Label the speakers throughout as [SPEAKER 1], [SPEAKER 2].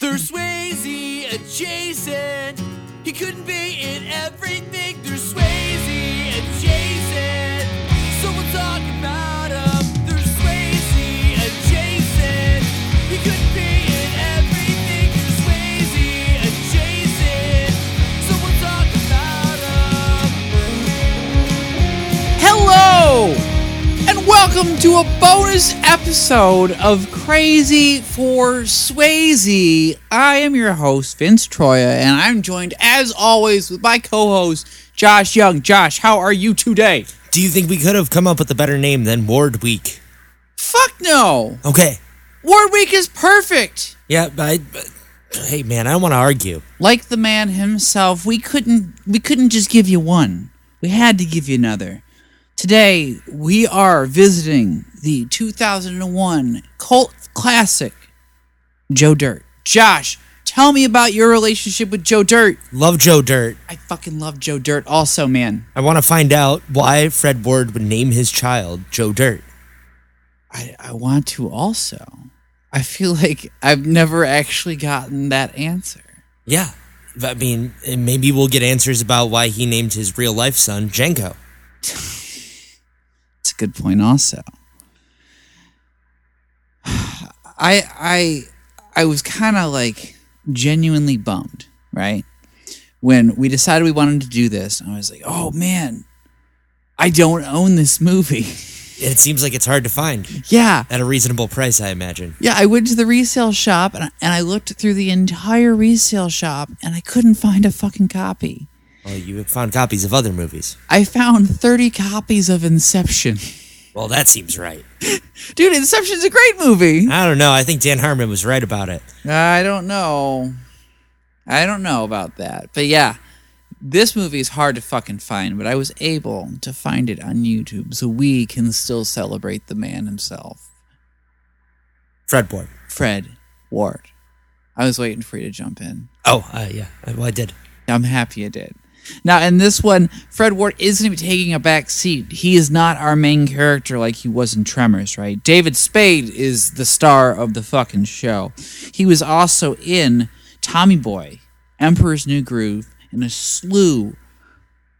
[SPEAKER 1] There's Swayze adjacent. He couldn't be in everything. There's Swayze adjacent. Someone talk about him. There's Swayze adjacent. He couldn't be in everything. There's Swayze adjacent. Someone talk about him.
[SPEAKER 2] Hello, and welcome to a bonus episode of Crazy for Swayze. I am your host, Vince Troya, and I'm joined, as always, with my co host, Josh Young. Josh, how are you today?
[SPEAKER 3] Do you think we could have come up with a better name than Ward Week?
[SPEAKER 2] Fuck no!
[SPEAKER 3] Okay.
[SPEAKER 2] Ward Week is perfect!
[SPEAKER 3] Yeah, but, I, but hey, man, I don't want to argue.
[SPEAKER 2] Like the man himself, we couldn't we couldn't just give you one. We had to give you another. Today, we are visiting the 2001 cult classic Joe Dirt. Josh, tell me about your relationship with Joe Dirt.
[SPEAKER 3] Love Joe Dirt.
[SPEAKER 2] I fucking love Joe Dirt also, man.
[SPEAKER 3] I want to find out why Fred Ward would name his child Joe Dirt.
[SPEAKER 2] I, I want to also. I feel like I've never actually gotten that answer.
[SPEAKER 3] Yeah. I mean, and maybe we'll get answers about why he named his real life son Jenko.
[SPEAKER 2] It's a good point also. I I I was kind of like genuinely bummed, right? When we decided we wanted to do this, I was like, "Oh man, I don't own this movie."
[SPEAKER 3] It seems like it's hard to find
[SPEAKER 2] yeah.
[SPEAKER 3] at a reasonable price, I imagine.
[SPEAKER 2] Yeah, I went to the resale shop and I, and I looked through the entire resale shop and I couldn't find a fucking copy.
[SPEAKER 3] Well, you have found copies of other movies.
[SPEAKER 2] I found 30 copies of Inception.
[SPEAKER 3] Well, that seems right.
[SPEAKER 2] Dude, Inception's a great movie.
[SPEAKER 3] I don't know. I think Dan Harmon was right about it.
[SPEAKER 2] I don't know. I don't know about that. But yeah, this movie is hard to fucking find, but I was able to find it on YouTube, so we can still celebrate the man himself,
[SPEAKER 3] Fred Ward.
[SPEAKER 2] Fred Ward. I was waiting for you to jump in.
[SPEAKER 3] Oh, uh, yeah. Well, I did.
[SPEAKER 2] I'm happy you did. Now, in this one, Fred Ward isn't even taking a back seat. He is not our main character like he was in Tremors, right? David Spade is the star of the fucking show. He was also in Tommy Boy, Emperor's New Groove, and a slew,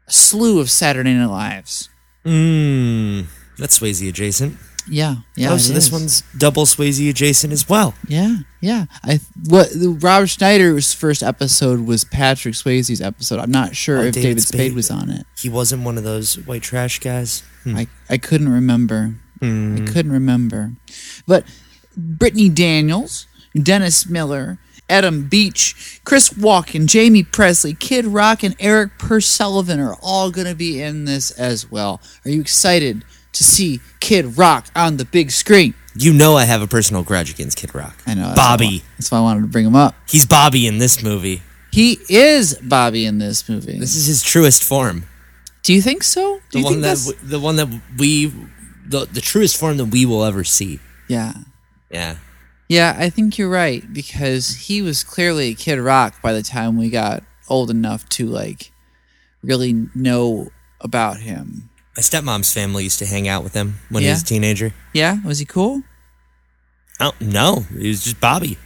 [SPEAKER 2] a slew of Saturday Night Lives.
[SPEAKER 3] Mmm. That's Swayze adjacent.
[SPEAKER 2] Yeah, yeah.
[SPEAKER 3] oh,
[SPEAKER 2] it
[SPEAKER 3] so this
[SPEAKER 2] is.
[SPEAKER 3] one's double Swayze adjacent as well.
[SPEAKER 2] Yeah, yeah. I what the Rob Schneider's first episode was Patrick Swayze's episode. I'm not sure
[SPEAKER 3] Oh,
[SPEAKER 2] if
[SPEAKER 3] David
[SPEAKER 2] David Spade
[SPEAKER 3] Spade.
[SPEAKER 2] was on it.
[SPEAKER 3] He wasn't one of those white trash guys. Hmm.
[SPEAKER 2] I, I couldn't remember. I couldn't remember. But Brittany Daniels, Dennis Miller, Adam Beach, Chris Walken, Jamie Presley, Kid Rock, and Eric Persullivan are all going to be in this as well. Are you excited to see Kid Rock on the big screen?
[SPEAKER 3] You know I have a personal grudge against Kid Rock.
[SPEAKER 2] I know. that's why I
[SPEAKER 3] Bobby.
[SPEAKER 2] wa- That's why I wanted to bring him up.
[SPEAKER 3] He's Bobby in this movie.
[SPEAKER 2] He is Bobby in this movie.
[SPEAKER 3] This is his truest form.
[SPEAKER 2] Do you think so? Do
[SPEAKER 3] The
[SPEAKER 2] you
[SPEAKER 3] one
[SPEAKER 2] think
[SPEAKER 3] that
[SPEAKER 2] that's-
[SPEAKER 3] w- the one that we the, the truest form that we will ever see.
[SPEAKER 2] yeah.
[SPEAKER 3] Yeah.
[SPEAKER 2] Yeah, I think you're right because he was clearly Kid Rock by the time we got old enough to like really know about him.
[SPEAKER 3] My stepmom's family used to hang out with him when he
[SPEAKER 2] Yeah.
[SPEAKER 3] was a teenager.
[SPEAKER 2] Yeah, was he cool?
[SPEAKER 3] Oh no, he was just Bobby.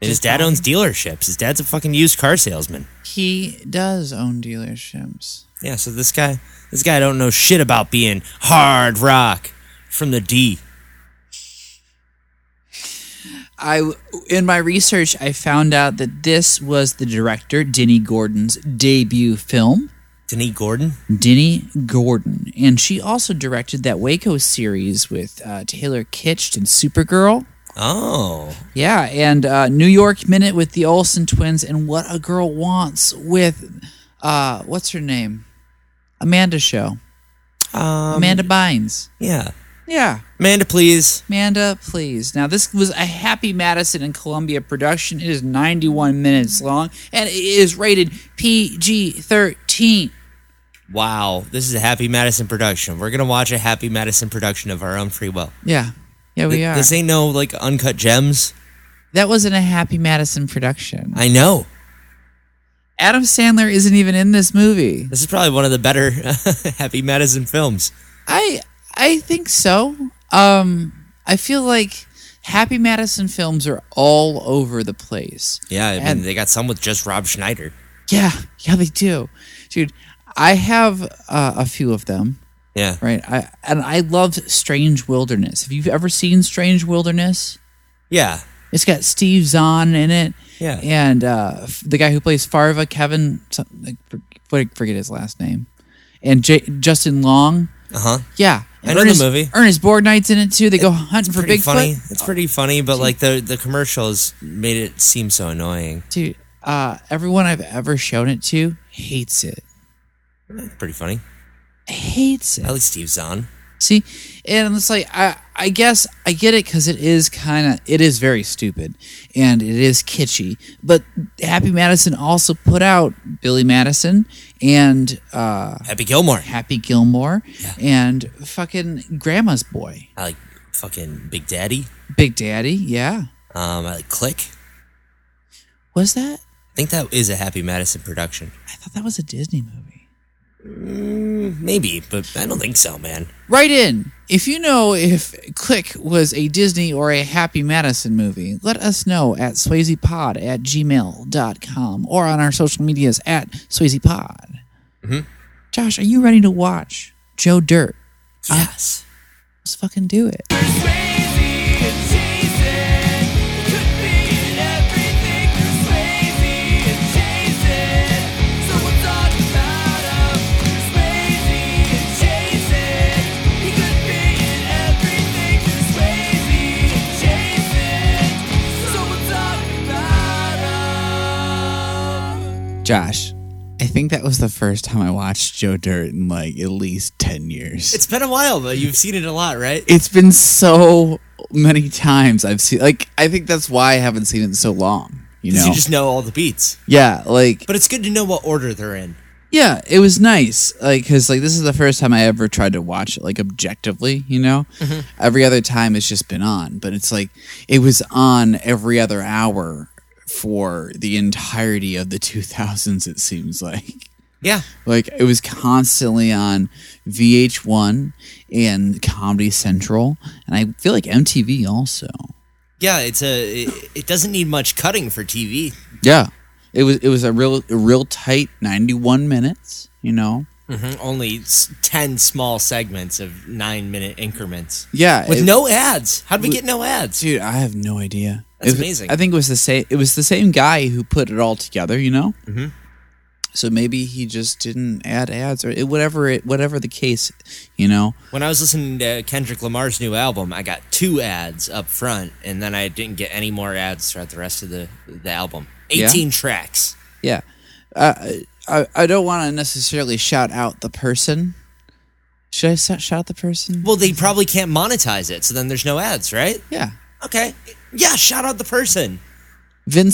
[SPEAKER 3] And his
[SPEAKER 2] Just
[SPEAKER 3] dad
[SPEAKER 2] Bobby?
[SPEAKER 3] owns dealerships. His dad's a fucking used car salesman.
[SPEAKER 2] He does own dealerships.
[SPEAKER 3] Yeah, so this guy, this guy don't know shit about being hard rock from the D.
[SPEAKER 2] I in my research I found out that this was the director Denny Gordon's debut film.
[SPEAKER 3] Denise Gordon.
[SPEAKER 2] Denny Gordon, and she also directed that Waco series with uh, Taylor Kitsch and Supergirl.
[SPEAKER 3] Oh,
[SPEAKER 2] Yeah, and uh, New York Minute with the Olsen twins, and What a Girl Wants with uh, what's her name, Amanda Show,
[SPEAKER 3] um,
[SPEAKER 2] Amanda Bynes.
[SPEAKER 3] Yeah,
[SPEAKER 2] Yeah,
[SPEAKER 3] Amanda, please.
[SPEAKER 2] Amanda, please. Now this was a Happy Madison and Columbia production. It is 91 minutes long, and it is rated PG-13.
[SPEAKER 3] Wow, this is a Happy Madison production. We're gonna watch a Happy Madison production of our own free will.
[SPEAKER 2] Yeah, yeah, we
[SPEAKER 3] Th-
[SPEAKER 2] are.
[SPEAKER 3] This ain't no like uncut gems.
[SPEAKER 2] that wasn't a Happy Madison production.
[SPEAKER 3] I know.
[SPEAKER 2] Adam Sandler isn't even in this movie.
[SPEAKER 3] This is probably one of the better Happy Madison films.
[SPEAKER 2] I I think so. Um, I feel like Happy Madison films are all over the place.
[SPEAKER 3] Yeah, I mean,
[SPEAKER 2] And-
[SPEAKER 3] they got some with just Rob Schneider.
[SPEAKER 2] Yeah, yeah, they do, dude. I have uh, a few of them,
[SPEAKER 3] Yeah.
[SPEAKER 2] right? I and I love Strange Wilderness. Have you ever seen Strange Wilderness?
[SPEAKER 3] Yeah.
[SPEAKER 2] It's got Steve Zahn in it.
[SPEAKER 3] Yeah.
[SPEAKER 2] And uh, f- the guy who plays Farva, Kevin, some- like, for- for- forget his last name, and J- Justin Long.
[SPEAKER 3] Uh huh.
[SPEAKER 2] Yeah.
[SPEAKER 3] I know the
[SPEAKER 2] Ernest,
[SPEAKER 3] movie.
[SPEAKER 2] Ernest Borgnine's in it too. They go hunting for
[SPEAKER 3] Pretty
[SPEAKER 2] Bigfoot.
[SPEAKER 3] funny. It's pretty funny, but like the the commercials made it seem so annoying.
[SPEAKER 2] Dude, uh, everyone I've ever shown it to hates it.
[SPEAKER 3] Pretty funny.
[SPEAKER 2] Hates it.
[SPEAKER 3] At least Steve Zahn.
[SPEAKER 2] See, and it's like I, I guess I get it because it is kind of, it is very stupid, and it is kitschy. But Happy Madison also put out Billy Madison and uh,
[SPEAKER 3] Happy Gilmore.
[SPEAKER 2] Happy Gilmore and fucking Grandma's Boy,
[SPEAKER 3] I like fucking Big Daddy.
[SPEAKER 2] Big Daddy. Yeah,
[SPEAKER 3] Um, I like Click.
[SPEAKER 2] was that?
[SPEAKER 3] I think that is a Happy Madison production.
[SPEAKER 2] I thought that was a Disney movie.
[SPEAKER 3] Mm, Maybe, but I don't think so, man.
[SPEAKER 2] Write in if you know if Click was a Disney or a Happy Madison movie. Let us know at SwayzePod at gmail.com or on our social medias at SwayzePod.
[SPEAKER 3] Mm-hmm.
[SPEAKER 2] Josh, are you ready to watch Joe Dirt?
[SPEAKER 3] Uh, Yes.
[SPEAKER 2] Let's fucking do it. Josh, I think that was the first time I watched Joe Dirt in like at least 10 years.
[SPEAKER 3] It's been a while, but you've seen it a lot, right?
[SPEAKER 2] it's been so many times I've seen like I think that's why I haven't seen it in so long. You know,
[SPEAKER 3] You just know all the beats.
[SPEAKER 2] yeah, like
[SPEAKER 3] But it's good to know what order they're in.
[SPEAKER 2] yeah, it was nice, like because like this is the first time I ever tried to watch it like objectively. You know, every other time it's just been on, but it's like it was on every other hour for the entirety of the 2000s. It seems like.
[SPEAKER 3] Yeah.
[SPEAKER 2] Like it was constantly on VH1 and Comedy Central, and I feel like MTV also.
[SPEAKER 3] Yeah, it's a it, it doesn't need much cutting for TV.
[SPEAKER 2] Yeah, it was it was a real a real tight ninety one minutes. You know.
[SPEAKER 3] Mhm, Only s- 10 small segments of 9-minute increments.
[SPEAKER 2] Yeah,
[SPEAKER 3] With
[SPEAKER 2] it-
[SPEAKER 3] no ads. How did we get no ads?
[SPEAKER 2] dude, I have no idea.
[SPEAKER 3] That's
[SPEAKER 2] It was-
[SPEAKER 3] amazing.
[SPEAKER 2] I think it was the same. It was the same guy who put it all together. You know. Mm-hmm. So maybe he just didn't add ads or it, whatever it whatever the case. You know.
[SPEAKER 3] When I was listening to Kendrick Lamar's new album, I got two ads up front and then I didn't get any more ads throughout the rest of the the album.
[SPEAKER 2] Yeah?
[SPEAKER 3] 18 tracks.
[SPEAKER 2] Yeah. Uh, I I don't want to necessarily shout out the person. Should I sa- shout out the person?
[SPEAKER 3] Well, they probably can't monetize it, so then there's no ads, right?
[SPEAKER 2] Yeah.
[SPEAKER 3] Okay. Yeah, shout out the person.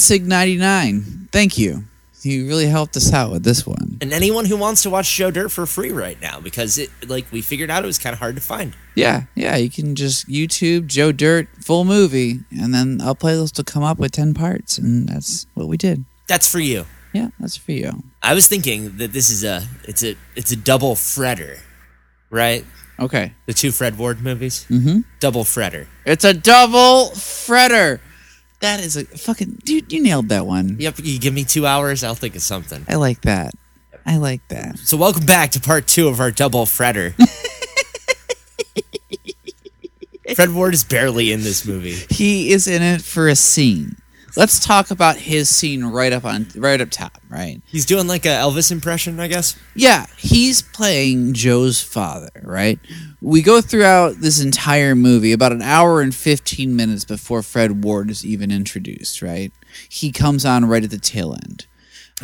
[SPEAKER 2] Vinsig99. Thank you. You really helped us out with this one.
[SPEAKER 3] And anyone who wants to watch Joe Dirt for free right now because it like we figured out it was kind of hard to find.
[SPEAKER 2] Yeah, yeah. You can just YouTube Joe Dirt full movie, and then a playlist will come up with ten parts, and that's what we did.
[SPEAKER 3] That's for you.
[SPEAKER 2] Yeah, that's for you.
[SPEAKER 3] I was thinking that this is a it's a it's a double fretter, right?
[SPEAKER 2] Okay,
[SPEAKER 3] The two Fred Ward movies, mm-hmm. double fretter.
[SPEAKER 2] it's a double fretter. That is a fucking dude. You nailed that one.
[SPEAKER 3] Yep, you give me two hours, I'll think of something.
[SPEAKER 2] I like that. I like that.
[SPEAKER 3] So welcome back to part two of our double fretter. Fred Ward is barely in this movie.
[SPEAKER 2] He is in it for a scene. Let's talk about his scene right up on right up top. Right.
[SPEAKER 3] He's doing like a Elvis impression, I guess.
[SPEAKER 2] Yeah, he's playing Joe's father, right? We go throughout this entire movie about an hour and 15 minutes before Fred Ward is even introduced, right? He comes on right at the tail end.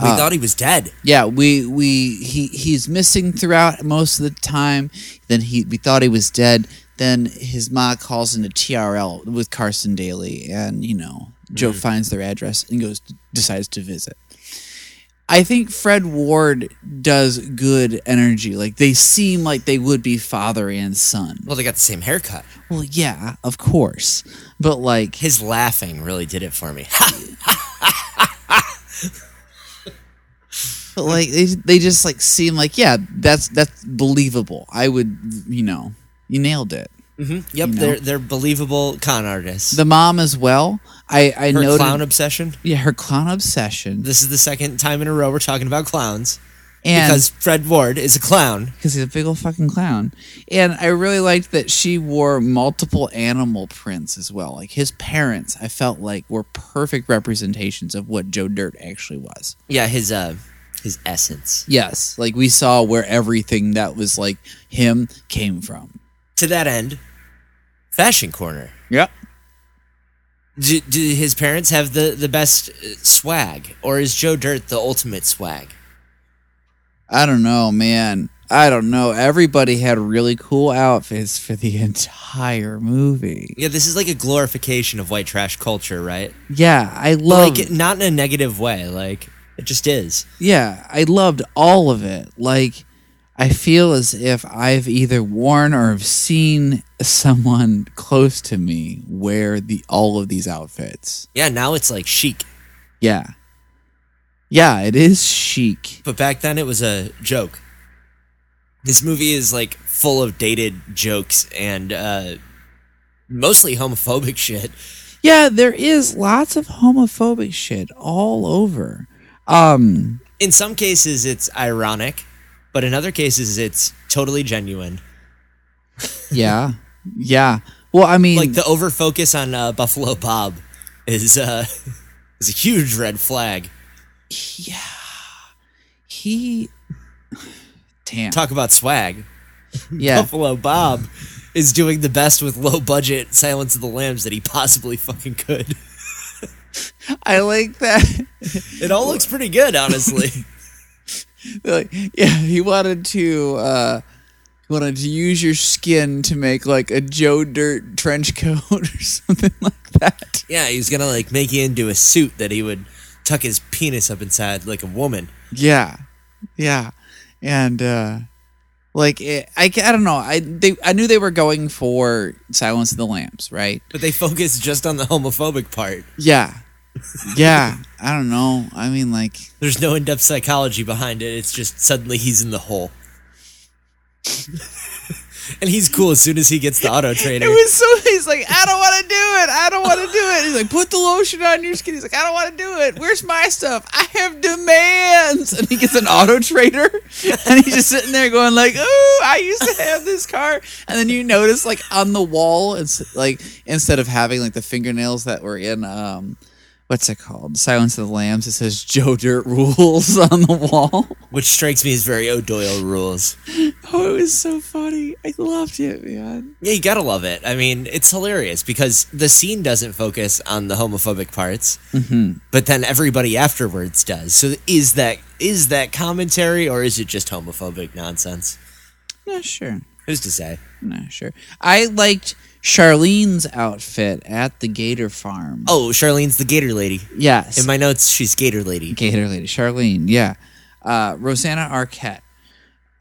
[SPEAKER 3] We
[SPEAKER 2] Ah.
[SPEAKER 3] thought he was dead.
[SPEAKER 2] Yeah, we we he he's missing throughout most of the time. Then he we thought he was dead. Then his ma calls into TRL with Carson Daly, and you know Joe finds their address and goes decides to visit. I think Fred Ward does good energy. Like they seem like they would be father and son.
[SPEAKER 3] Well, they got the same haircut.
[SPEAKER 2] Well, yeah, of course, but like
[SPEAKER 3] His laughing really did it for me.
[SPEAKER 2] But like they, they just like seem like yeah that's that's believable. I would you know you nailed it.
[SPEAKER 3] Yep,
[SPEAKER 2] You know?
[SPEAKER 3] they're they're believable con artists.
[SPEAKER 2] The mom as well. I I
[SPEAKER 3] Her
[SPEAKER 2] noted
[SPEAKER 3] clown obsession.
[SPEAKER 2] yeah her clown obsession
[SPEAKER 3] This is the second time in a row we're talking about clowns
[SPEAKER 2] and
[SPEAKER 3] because Fred Ward is a clown.
[SPEAKER 2] because he's a big old fucking clown. And I really liked that she wore multiple animal prints as well. Like his parents, I felt like were perfect representations of what Joe Dirt actually was.
[SPEAKER 3] Yeah, his uh his essence.
[SPEAKER 2] Yes, like we saw where everything that was like him came from.
[SPEAKER 3] To that end, fashion corner.
[SPEAKER 2] Yep.
[SPEAKER 3] Do, do his parents have the the best uh, swag, or is Joe Dirt the ultimate swag?
[SPEAKER 2] I don't know, man. I don't know. Everybody had really cool outfits for the entire movie.
[SPEAKER 3] Yeah, this is like a glorification of white trash culture, right?
[SPEAKER 2] Yeah, I
[SPEAKER 3] But
[SPEAKER 2] loved.
[SPEAKER 3] like not in a negative way. Like it just is.
[SPEAKER 2] yeah, I loved all of it. Like, I feel as if I've either worn or have seen someone close to me wear the all of these outfits.
[SPEAKER 3] Yeah, now it's like chic.
[SPEAKER 2] Yeah, yeah, it is chic.
[SPEAKER 3] But back then it was a joke. This movie is like full of dated jokes and uh, mostly homophobic shit.
[SPEAKER 2] Yeah, there is lots of homophobic shit all over. Um,
[SPEAKER 3] In some cases, it's ironic, but in other cases, it's totally genuine.
[SPEAKER 2] yeah, yeah. Well, I mean,
[SPEAKER 3] Like the over focus on uh, Buffalo Bob is uh, is a huge red flag.
[SPEAKER 2] he, damn,
[SPEAKER 3] Talk about swag.
[SPEAKER 2] yeah.
[SPEAKER 3] Buffalo Bob is doing the best with low budget Silence of the Lambs that he possibly fucking could.
[SPEAKER 2] I like that.
[SPEAKER 3] It all looks pretty good, honestly.
[SPEAKER 2] like yeah he wanted to uh he wanted to use your skin to make like a joe dirt trench coat or something like that
[SPEAKER 3] Yeah, he was gonna like make you into a suit that he would tuck his penis up inside like a woman.
[SPEAKER 2] yeah yeah and uh like it, I, ca- I don't know I they I knew they were going for Silence of the Lambs right
[SPEAKER 3] But they focus just on the homophobic part.
[SPEAKER 2] yeah yeah I don't know I mean like
[SPEAKER 3] There's no in-depth psychology behind it. It's just suddenly he's in the hole. and he's cool as soon as he gets the auto
[SPEAKER 2] it
[SPEAKER 3] trainer.
[SPEAKER 2] was so he's like I don't want to do it I don't want to do it he's like put the lotion on your skin he's like I don't want to do it where's my stuff I have demands and he gets an auto trader and he's just sitting there going like oh I used to have this car and then you notice like on the wall it's like instead of having like the fingernails that were in um what's it called Silence of the Lambs it says Joe Dirt rules on the wall
[SPEAKER 3] which strikes me as very O'Doyle rules.
[SPEAKER 2] oh it was so funny I loved it man
[SPEAKER 3] Yeah, you gotta love it. I mean, it's hilarious because the scene doesn't focus on the homophobic parts, but then everybody afterwards does. So is that is that commentary or is it just homophobic nonsense?
[SPEAKER 2] not sure.
[SPEAKER 3] Who's to say?
[SPEAKER 2] Not sure. I liked Charlene's outfit at the Gator Farm.
[SPEAKER 3] Oh, Charlene's the Gator Lady.
[SPEAKER 2] yes,
[SPEAKER 3] In my notes, she's Gator Lady.
[SPEAKER 2] Gator Lady Charlene. Yeah, uh, Rosanna Arquette.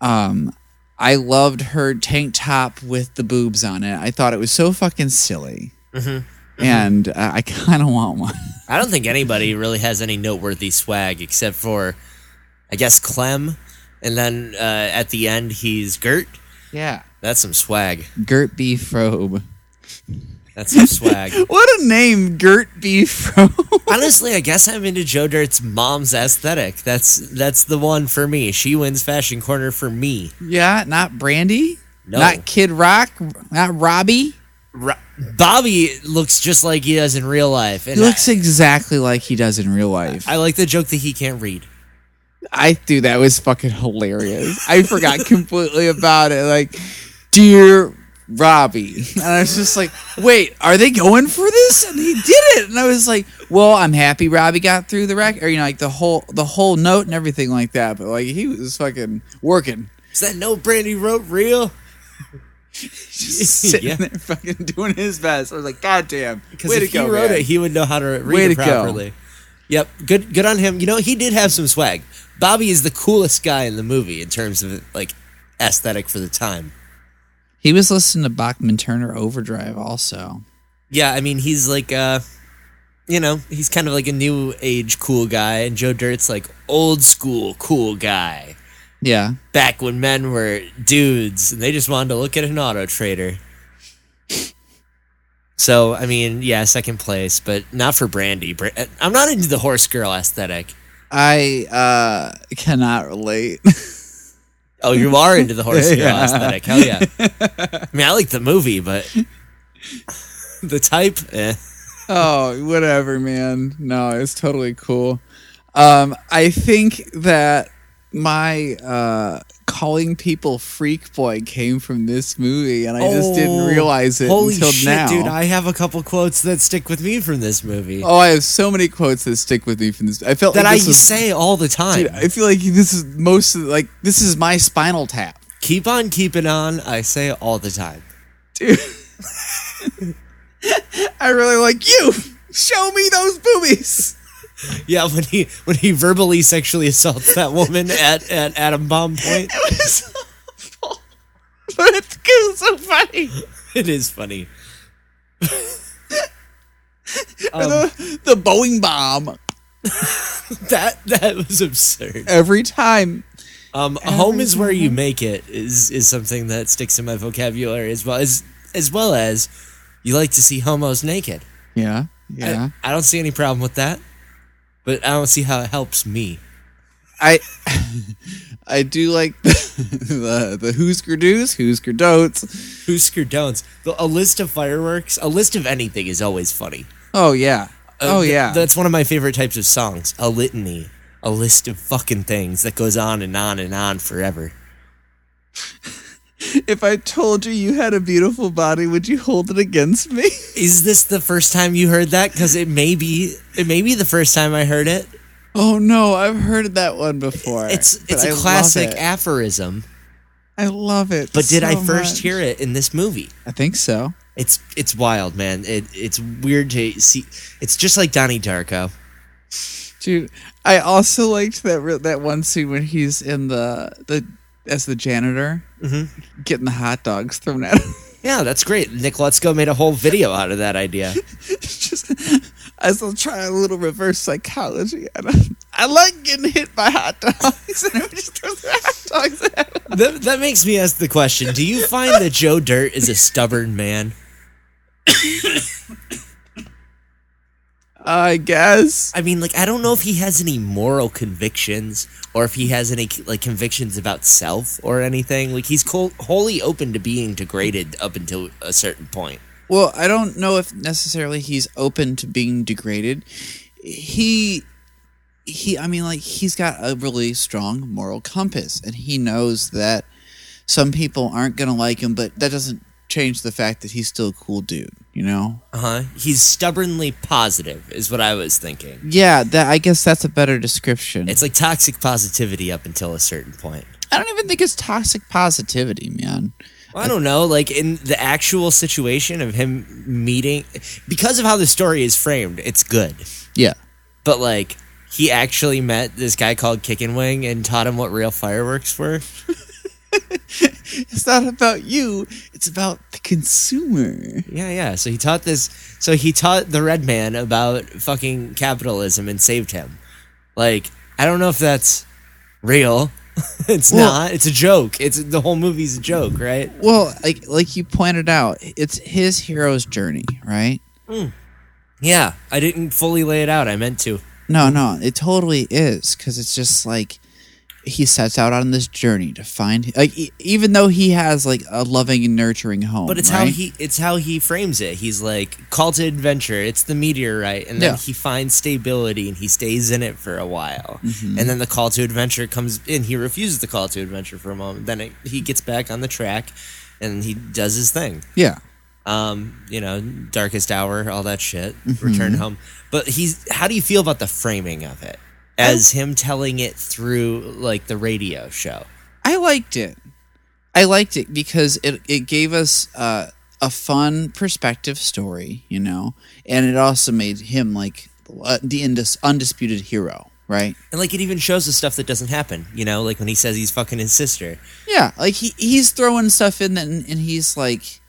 [SPEAKER 2] Um, I loved her tank top with the boobs on it. I thought it was so fucking silly,
[SPEAKER 3] Mm-hmm.
[SPEAKER 2] and uh, I kind of want one.
[SPEAKER 3] I don't think anybody really has any noteworthy swag except for, I guess, Clem. And then uh, at the end, he's Gert.
[SPEAKER 2] yeah,
[SPEAKER 3] That's some swag.
[SPEAKER 2] Gert B. Frobe.
[SPEAKER 3] That's some swag.
[SPEAKER 2] What a name, Gert B. Frobe.
[SPEAKER 3] Honestly, I guess I'm into Joe Dirt's mom's aesthetic. That's that's the one for me. She wins fashion corner for me.
[SPEAKER 2] yeah, not Brandy.
[SPEAKER 3] No.
[SPEAKER 2] Not Kid Rock. Not Robbie.
[SPEAKER 3] Ro- Bobby looks just like he does in real life, and
[SPEAKER 2] He looks exactly like he does in real life.
[SPEAKER 3] I, I like the joke that he can't read.
[SPEAKER 2] I dude, that was fucking hilarious. I forgot completely about it. Like, dear Robbie, and I was just like, wait, are they going for this? And he did it, and I was like, well, I'm happy Robbie got through the record, or you know, like the whole the whole note and everything like that. But like, he was fucking working,
[SPEAKER 3] Is that no Brandy wrote real?
[SPEAKER 2] just sitting
[SPEAKER 3] Yeah.
[SPEAKER 2] there fucking doing his best. I was like, god damn,
[SPEAKER 3] Because
[SPEAKER 2] way
[SPEAKER 3] if
[SPEAKER 2] to
[SPEAKER 3] he
[SPEAKER 2] go,
[SPEAKER 3] wrote
[SPEAKER 2] man.
[SPEAKER 3] it, he would know how to read
[SPEAKER 2] Way to
[SPEAKER 3] it
[SPEAKER 2] go.
[SPEAKER 3] properly. Yep, good good on him. You know, he did have some swag. Bobby is the coolest guy in the movie in terms of like aesthetic for the time.
[SPEAKER 2] He was listening to Bachman Turner Overdrive, also.
[SPEAKER 3] Yeah, I mean, he's like, uh, you know, he's kind of like a new age cool guy, and Joe Dirt's like old school cool guy.
[SPEAKER 2] Yeah,
[SPEAKER 3] Back when men were dudes and they just wanted to look at an auto trader. So I mean, yeah, second place, but not for Brandy. Bra- uh, I'm not into the horse girl aesthetic.
[SPEAKER 2] I uh, cannot relate.
[SPEAKER 3] Oh, you are into the horse girl
[SPEAKER 2] Yeah.
[SPEAKER 3] aesthetic. Hell yeah. I mean, I like the movie, but the type. Eh.
[SPEAKER 2] oh, whatever, man. No, it's totally cool. Um, I think that my uh, calling people freak boy came from this movie, and I just didn't
[SPEAKER 3] Oh,
[SPEAKER 2] realize it
[SPEAKER 3] Holy
[SPEAKER 2] until
[SPEAKER 3] shit,
[SPEAKER 2] now.
[SPEAKER 3] dude! I have a couple quotes that stick with me from this movie
[SPEAKER 2] oh, I have so many quotes that stick with me from this. I felt
[SPEAKER 3] that
[SPEAKER 2] like
[SPEAKER 3] I
[SPEAKER 2] this was-
[SPEAKER 3] say all the time.
[SPEAKER 2] Dude, I feel like this is most of, like this is my spinal tap.
[SPEAKER 3] Keep on keeping on. I say all the time.
[SPEAKER 2] dude. I really like you. Show me those boobies.
[SPEAKER 3] Yeah, when he when he verbally sexually assaults that woman at at Adam Bomb Point,
[SPEAKER 2] It was awful, but it's, 'cause it's so funny.
[SPEAKER 3] it is funny.
[SPEAKER 2] And the, the Boeing bomb
[SPEAKER 3] That that was absurd.
[SPEAKER 2] every time.
[SPEAKER 3] Um, home is where you make it is is something that sticks in my vocabulary as well as as well as you like to see homos naked.
[SPEAKER 2] Yeah,
[SPEAKER 3] I-
[SPEAKER 2] yeah.
[SPEAKER 3] I, don't see any problem with that, but I don't see how it helps me.
[SPEAKER 2] I I do like the the, the Hoosker do's, Hoosker don'ts.
[SPEAKER 3] Hoosker don'ts. The- A list of fireworks, a list of anything is always funny.
[SPEAKER 2] Oh yeah,
[SPEAKER 3] Uh,
[SPEAKER 2] oh
[SPEAKER 3] th-
[SPEAKER 2] yeah.
[SPEAKER 3] that's one of my favorite types of songs. A litany, a list of fucking things that goes on and on and on forever.
[SPEAKER 2] if I told you you had a beautiful body, would you hold it against me?
[SPEAKER 3] Is this the first time you heard that? Because it may be, it may be the first time I heard it.
[SPEAKER 2] Oh no, I've heard that one before.
[SPEAKER 3] It's
[SPEAKER 2] but
[SPEAKER 3] it's
[SPEAKER 2] I
[SPEAKER 3] a
[SPEAKER 2] love
[SPEAKER 3] classic
[SPEAKER 2] it.
[SPEAKER 3] aphorism.
[SPEAKER 2] I love it.
[SPEAKER 3] But did I
[SPEAKER 2] so
[SPEAKER 3] first
[SPEAKER 2] much.
[SPEAKER 3] hear it in this movie?
[SPEAKER 2] I think so.
[SPEAKER 3] It's it's wild, man. It it's weird to see. It's just like Donnie Darko.
[SPEAKER 2] Dude, I also liked that re- that one scene when he's in the the as the janitor getting the hot dogs thrown at him.
[SPEAKER 3] Yeah, that's great. Nick Lutzko made a whole video out of that idea.
[SPEAKER 2] Just I still try a little reverse psychology. And I, I like getting hit by hot dogs, and everybody just throws their hot dogs at him.
[SPEAKER 3] that, that makes me ask the question: Do you find that Joe Dirt is a stubborn man?
[SPEAKER 2] I guess
[SPEAKER 3] I mean, like, I don't know if he has any moral convictions or if he has any like convictions about self or anything. Like, he's co- wholly open to being degraded up until a certain point.
[SPEAKER 2] Well, I don't know if necessarily he's open to being degraded. He he I mean like he's got a really strong moral compass and he knows that some people aren't going to like him, but that doesn't change the fact that he's still a cool dude, you know?
[SPEAKER 3] Uh huh. He's stubbornly positive, is what I was thinking.
[SPEAKER 2] Yeah, that I guess that's a better description.
[SPEAKER 3] It's like toxic positivity up until a certain point.
[SPEAKER 2] I don't even think it's toxic positivity, man.
[SPEAKER 3] I don't know, like in the actual situation of him meeting, because of how the story is framed, it's good.
[SPEAKER 2] Yeah.
[SPEAKER 3] But like, he actually met this guy called Kickin' Wing and taught him what real fireworks were.
[SPEAKER 2] It's not about you, it's about the consumer.
[SPEAKER 3] Yeah, yeah. So he taught this. So he taught the red man about fucking capitalism and saved him. Like, I don't know if that's real. it's
[SPEAKER 2] Well-
[SPEAKER 3] not. It's a joke. It's the whole movie's a joke, right?
[SPEAKER 2] Well, like like you pointed out, it's his hero's journey, right?
[SPEAKER 3] Yeah, I didn't fully lay it out. I meant to.
[SPEAKER 2] No, no, it totally is because it's just like he sets out on this journey to find, like, e- even though he has like a loving and nurturing home,
[SPEAKER 3] But it's how
[SPEAKER 2] right?
[SPEAKER 3] he it's how he frames it. He's like call to adventure. It's the meteorite, and then
[SPEAKER 2] Yeah.
[SPEAKER 3] he finds stability and he stays in it for a while.
[SPEAKER 2] Mm-hmm.
[SPEAKER 3] And then the call to adventure comes in. He refuses the call to adventure for a moment. Then it, he gets back on the track, and he does his thing.
[SPEAKER 2] yeah,
[SPEAKER 3] um, you know, Darkest Hour, all that shit,
[SPEAKER 2] Mm-hmm.
[SPEAKER 3] Return Home. But he's, how do you feel about the framing of it as him telling it through like the radio show?
[SPEAKER 2] I liked it. I liked it because it it gave us uh, a fun perspective story, you know, and it also made him like uh, the indis- undisputed hero, right?
[SPEAKER 3] And like it even shows the stuff that doesn't happen, you know, like when he says he's fucking his sister,
[SPEAKER 2] Yeah, like he he's throwing stuff in and, and he's like.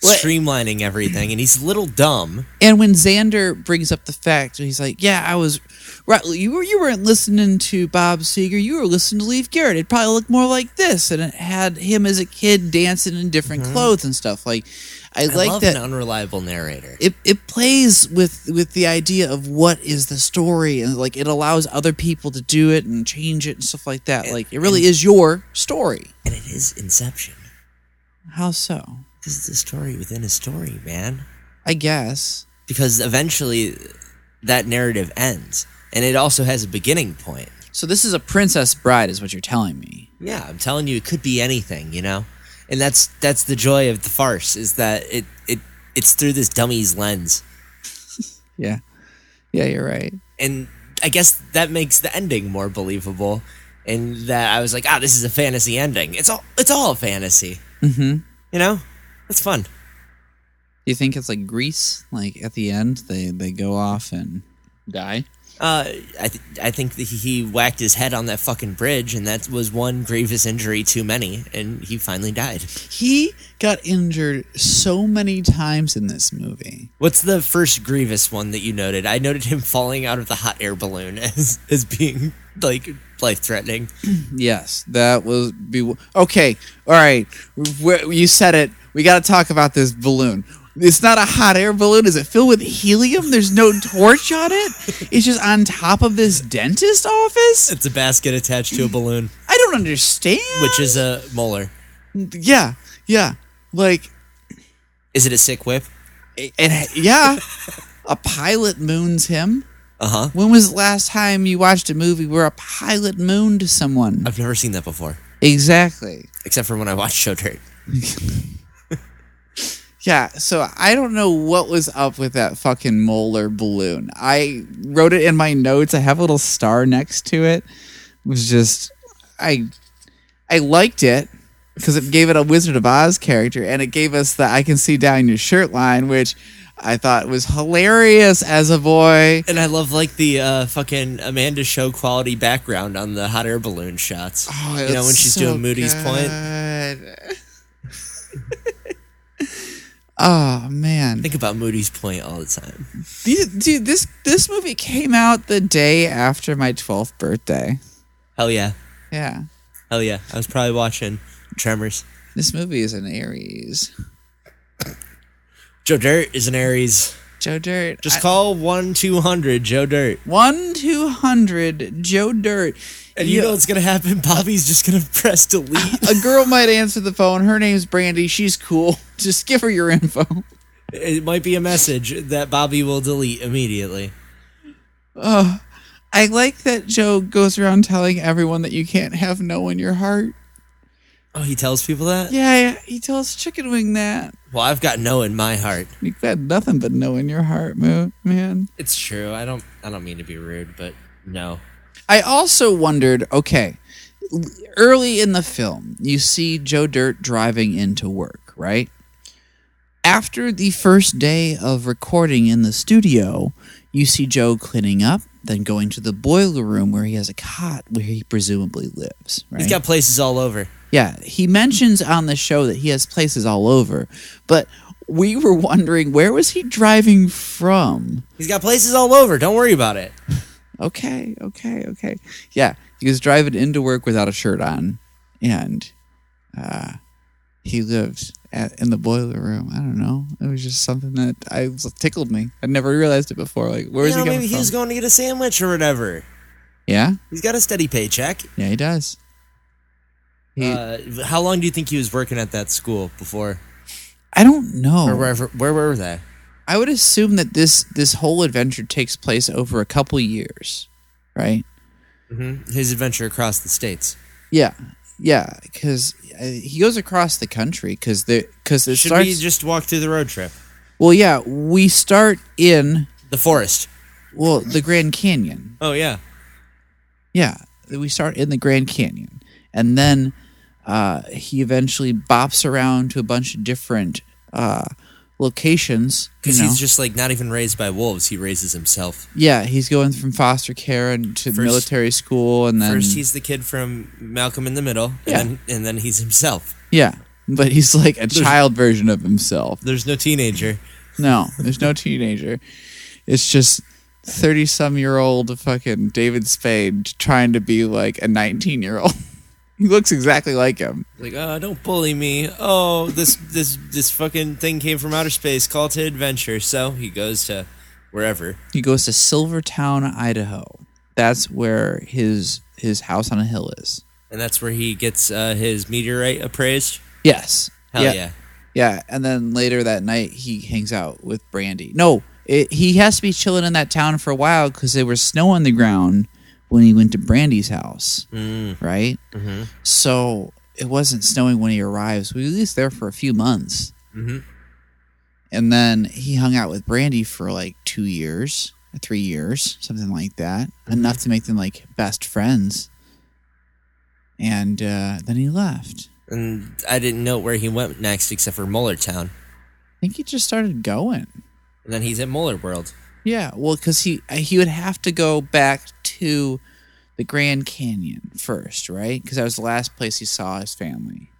[SPEAKER 2] Well-
[SPEAKER 3] streamlining everything, and he's a little dumb.
[SPEAKER 2] And when Xander brings up the fact, he's like, "Yeah, I was right. You were you weren't listening to Bob Seger. You were listening to Leaf Garrett. It probably looked more like this, and it had him as a kid dancing in different clothes and stuff. Like, I,
[SPEAKER 3] I
[SPEAKER 2] like
[SPEAKER 3] love
[SPEAKER 2] that
[SPEAKER 3] an unreliable narrator.
[SPEAKER 2] it it plays with with the idea of what is the story and like it allows other people to do it and change it and stuff like that. like it really is your story.
[SPEAKER 3] and it is Inception.
[SPEAKER 2] How so?
[SPEAKER 3] This is a story within a story, man.
[SPEAKER 2] I guess.
[SPEAKER 3] Because eventually that narrative ends. And it also has a beginning point.
[SPEAKER 2] So this is a princess bride is what you're telling me.
[SPEAKER 3] Yeah, I'm telling you, it could be anything, you know? And that's that's the joy of the farce, is that it it it's through this dummy's lens.
[SPEAKER 2] Yeah. Yeah, you're right.
[SPEAKER 3] And I guess that makes the ending more believable. And that I was like, ah, this is a fantasy ending. It's all it's all a fantasy.
[SPEAKER 2] Mhm.
[SPEAKER 3] You know? It's fun.
[SPEAKER 2] Do you think it's like Greece? Like at the end they they go off and die?
[SPEAKER 3] Uh, I th- I think that he whacked his head on that fucking bridge, and that was one grievous injury too many, and he finally died.
[SPEAKER 2] He got injured so many times in this movie.
[SPEAKER 3] What's the first grievous one that you noted? I noted him falling out of the hot air balloon as as being like life threatening.
[SPEAKER 2] Yes, that was be okay. All right, Wh- you said it. We got to talk about this balloon. It's not a hot air balloon. Is it filled with helium? There's no torch on it. It's just on top of this dentist office.
[SPEAKER 3] It's a basket attached to a balloon,
[SPEAKER 2] I don't understand.
[SPEAKER 3] which is a molar.
[SPEAKER 2] yeah, yeah, like
[SPEAKER 3] Is it a sick whip?
[SPEAKER 2] it, it- yeah. a pilot moons him.
[SPEAKER 3] Uh huh.
[SPEAKER 2] When was the last time you watched a movie where a pilot mooned someone?
[SPEAKER 3] I've never seen that before,
[SPEAKER 2] Exactly.
[SPEAKER 3] except for when I watched Show Dirt.
[SPEAKER 2] Yeah, so I don't know what was up with that fucking molar balloon. I wrote it in my notes. I have a little star next to it. It was just I I liked it because it gave it a Wizard of Oz character and it gave us the I can see down your shirt line, which I thought was hilarious as a boy.
[SPEAKER 3] And I love like the uh, fucking Amanda Show quality background on the hot air balloon shots.
[SPEAKER 2] Oh,
[SPEAKER 3] you know when she's doing Moody's Point.
[SPEAKER 2] point. oh man.
[SPEAKER 3] think about Moody's point all the time.
[SPEAKER 2] These, dude, this this movie came out the day after my 12th birthday.
[SPEAKER 3] Hell yeah.
[SPEAKER 2] Yeah.
[SPEAKER 3] Hell yeah. I was probably watching Tremors.
[SPEAKER 2] This movie is an Aries.
[SPEAKER 3] Joe Dirt is an Aries.
[SPEAKER 2] Joe Dirt.
[SPEAKER 3] Just
[SPEAKER 2] I-
[SPEAKER 3] call 1 200 Joe Dirt.
[SPEAKER 2] 1 200 Joe Dirt.
[SPEAKER 3] And you
[SPEAKER 2] Yeah.
[SPEAKER 3] know what's going to happen? Bobby's just going to press delete.
[SPEAKER 2] a girl might answer the phone. Her name's Brandy. She's cool. Just give her your info.
[SPEAKER 3] it might be a message that Bobby will delete immediately.
[SPEAKER 2] I like that Joe goes around telling everyone that you can't have no in your heart.
[SPEAKER 3] Oh, he tells people that?
[SPEAKER 2] Yeah, he tells Chicken Wing that.
[SPEAKER 3] Well, I've got no in my heart.
[SPEAKER 2] You've got nothing but no in your heart, mo- man.
[SPEAKER 3] It's true. I don't I don't mean to be rude, but no.
[SPEAKER 2] I also wondered okay, early in the film, you see Joe Dirt driving into work, right? After the first day of recording in the studio, you see Joe cleaning up, then going to the boiler room where he has a cot where he presumably lives. Right?
[SPEAKER 3] He's got places all over.
[SPEAKER 2] Yeah, he mentions on the show that he has places all over, but we were wondering where was he driving from?
[SPEAKER 3] He's got places all over. Don't worry about it.
[SPEAKER 2] okay, okay, okay. Yeah, he was driving into work without a shirt on, and uh, he lived at, in the boiler room. I don't know. It was just something that I it tickled me. I'd never realized it before. Like, where is
[SPEAKER 3] you know,
[SPEAKER 2] he coming
[SPEAKER 3] maybe
[SPEAKER 2] from?
[SPEAKER 3] he was going to get a sandwich or whatever.
[SPEAKER 2] yeah,
[SPEAKER 3] He's got a steady paycheck.
[SPEAKER 2] yeah, he does. He,
[SPEAKER 3] Uh, how long do you think he was working at that school before,
[SPEAKER 2] I don't know.
[SPEAKER 3] or wherever? Where were they?
[SPEAKER 2] I would assume that this this whole adventure takes place over a couple years, right?
[SPEAKER 3] His adventure across the states.
[SPEAKER 2] Yeah, yeah, because he goes across the country because the because it
[SPEAKER 3] Should
[SPEAKER 2] starts.
[SPEAKER 3] we just walk through the road trip?
[SPEAKER 2] well, yeah, we start in
[SPEAKER 3] The forest.
[SPEAKER 2] Well, the Grand Canyon.
[SPEAKER 3] Oh yeah.
[SPEAKER 2] Yeah, we start in the Grand Canyon, and then uh, he eventually bops around to a bunch of different uh, locations. You
[SPEAKER 3] Because
[SPEAKER 2] know,
[SPEAKER 3] he's just like not even raised by wolves. He raises himself.
[SPEAKER 2] yeah, he's going from foster care and to
[SPEAKER 3] First-
[SPEAKER 2] military school, and then
[SPEAKER 3] First, he's the kid from Malcolm in the Middle, and,
[SPEAKER 2] Yeah.
[SPEAKER 3] then, and then he's himself.
[SPEAKER 2] yeah, but he's like a child version of himself.
[SPEAKER 3] There's no teenager.
[SPEAKER 2] No, there's no teenager. It's just. 30 some year old fucking David Spade trying to be like a 19 year old. He looks exactly like him.
[SPEAKER 3] Like, oh, don't bully me. Oh, this this this fucking thing came from outer space. Call to adventure. So he goes to wherever.
[SPEAKER 2] He goes to Silvertown, Idaho. That's where his his house on a hill is.
[SPEAKER 3] And that's where he gets uh, his meteorite appraised.
[SPEAKER 2] Yes.
[SPEAKER 3] Hell yeah.
[SPEAKER 2] Yeah, and then later that night he hangs out with Brandy. No, it, he has to be chilling in that town for a while because there was snow on the ground when he went to Brandy's house, right? Mm-hmm. So it wasn't snowing when he arrives. We were at least there for a few months,
[SPEAKER 3] Mhm.
[SPEAKER 2] and then he hung out with Brandy for like two years, three years, something like that, enough to make them like best friends. And uh, then he left.
[SPEAKER 3] And I didn't know where he went next except for Muller Town.
[SPEAKER 2] I think he just started going.
[SPEAKER 3] And then he's at Muller World.
[SPEAKER 2] Yeah, well, because he uh, he would have to go back to the Grand Canyon first, right? Because that was the last place he saw his family.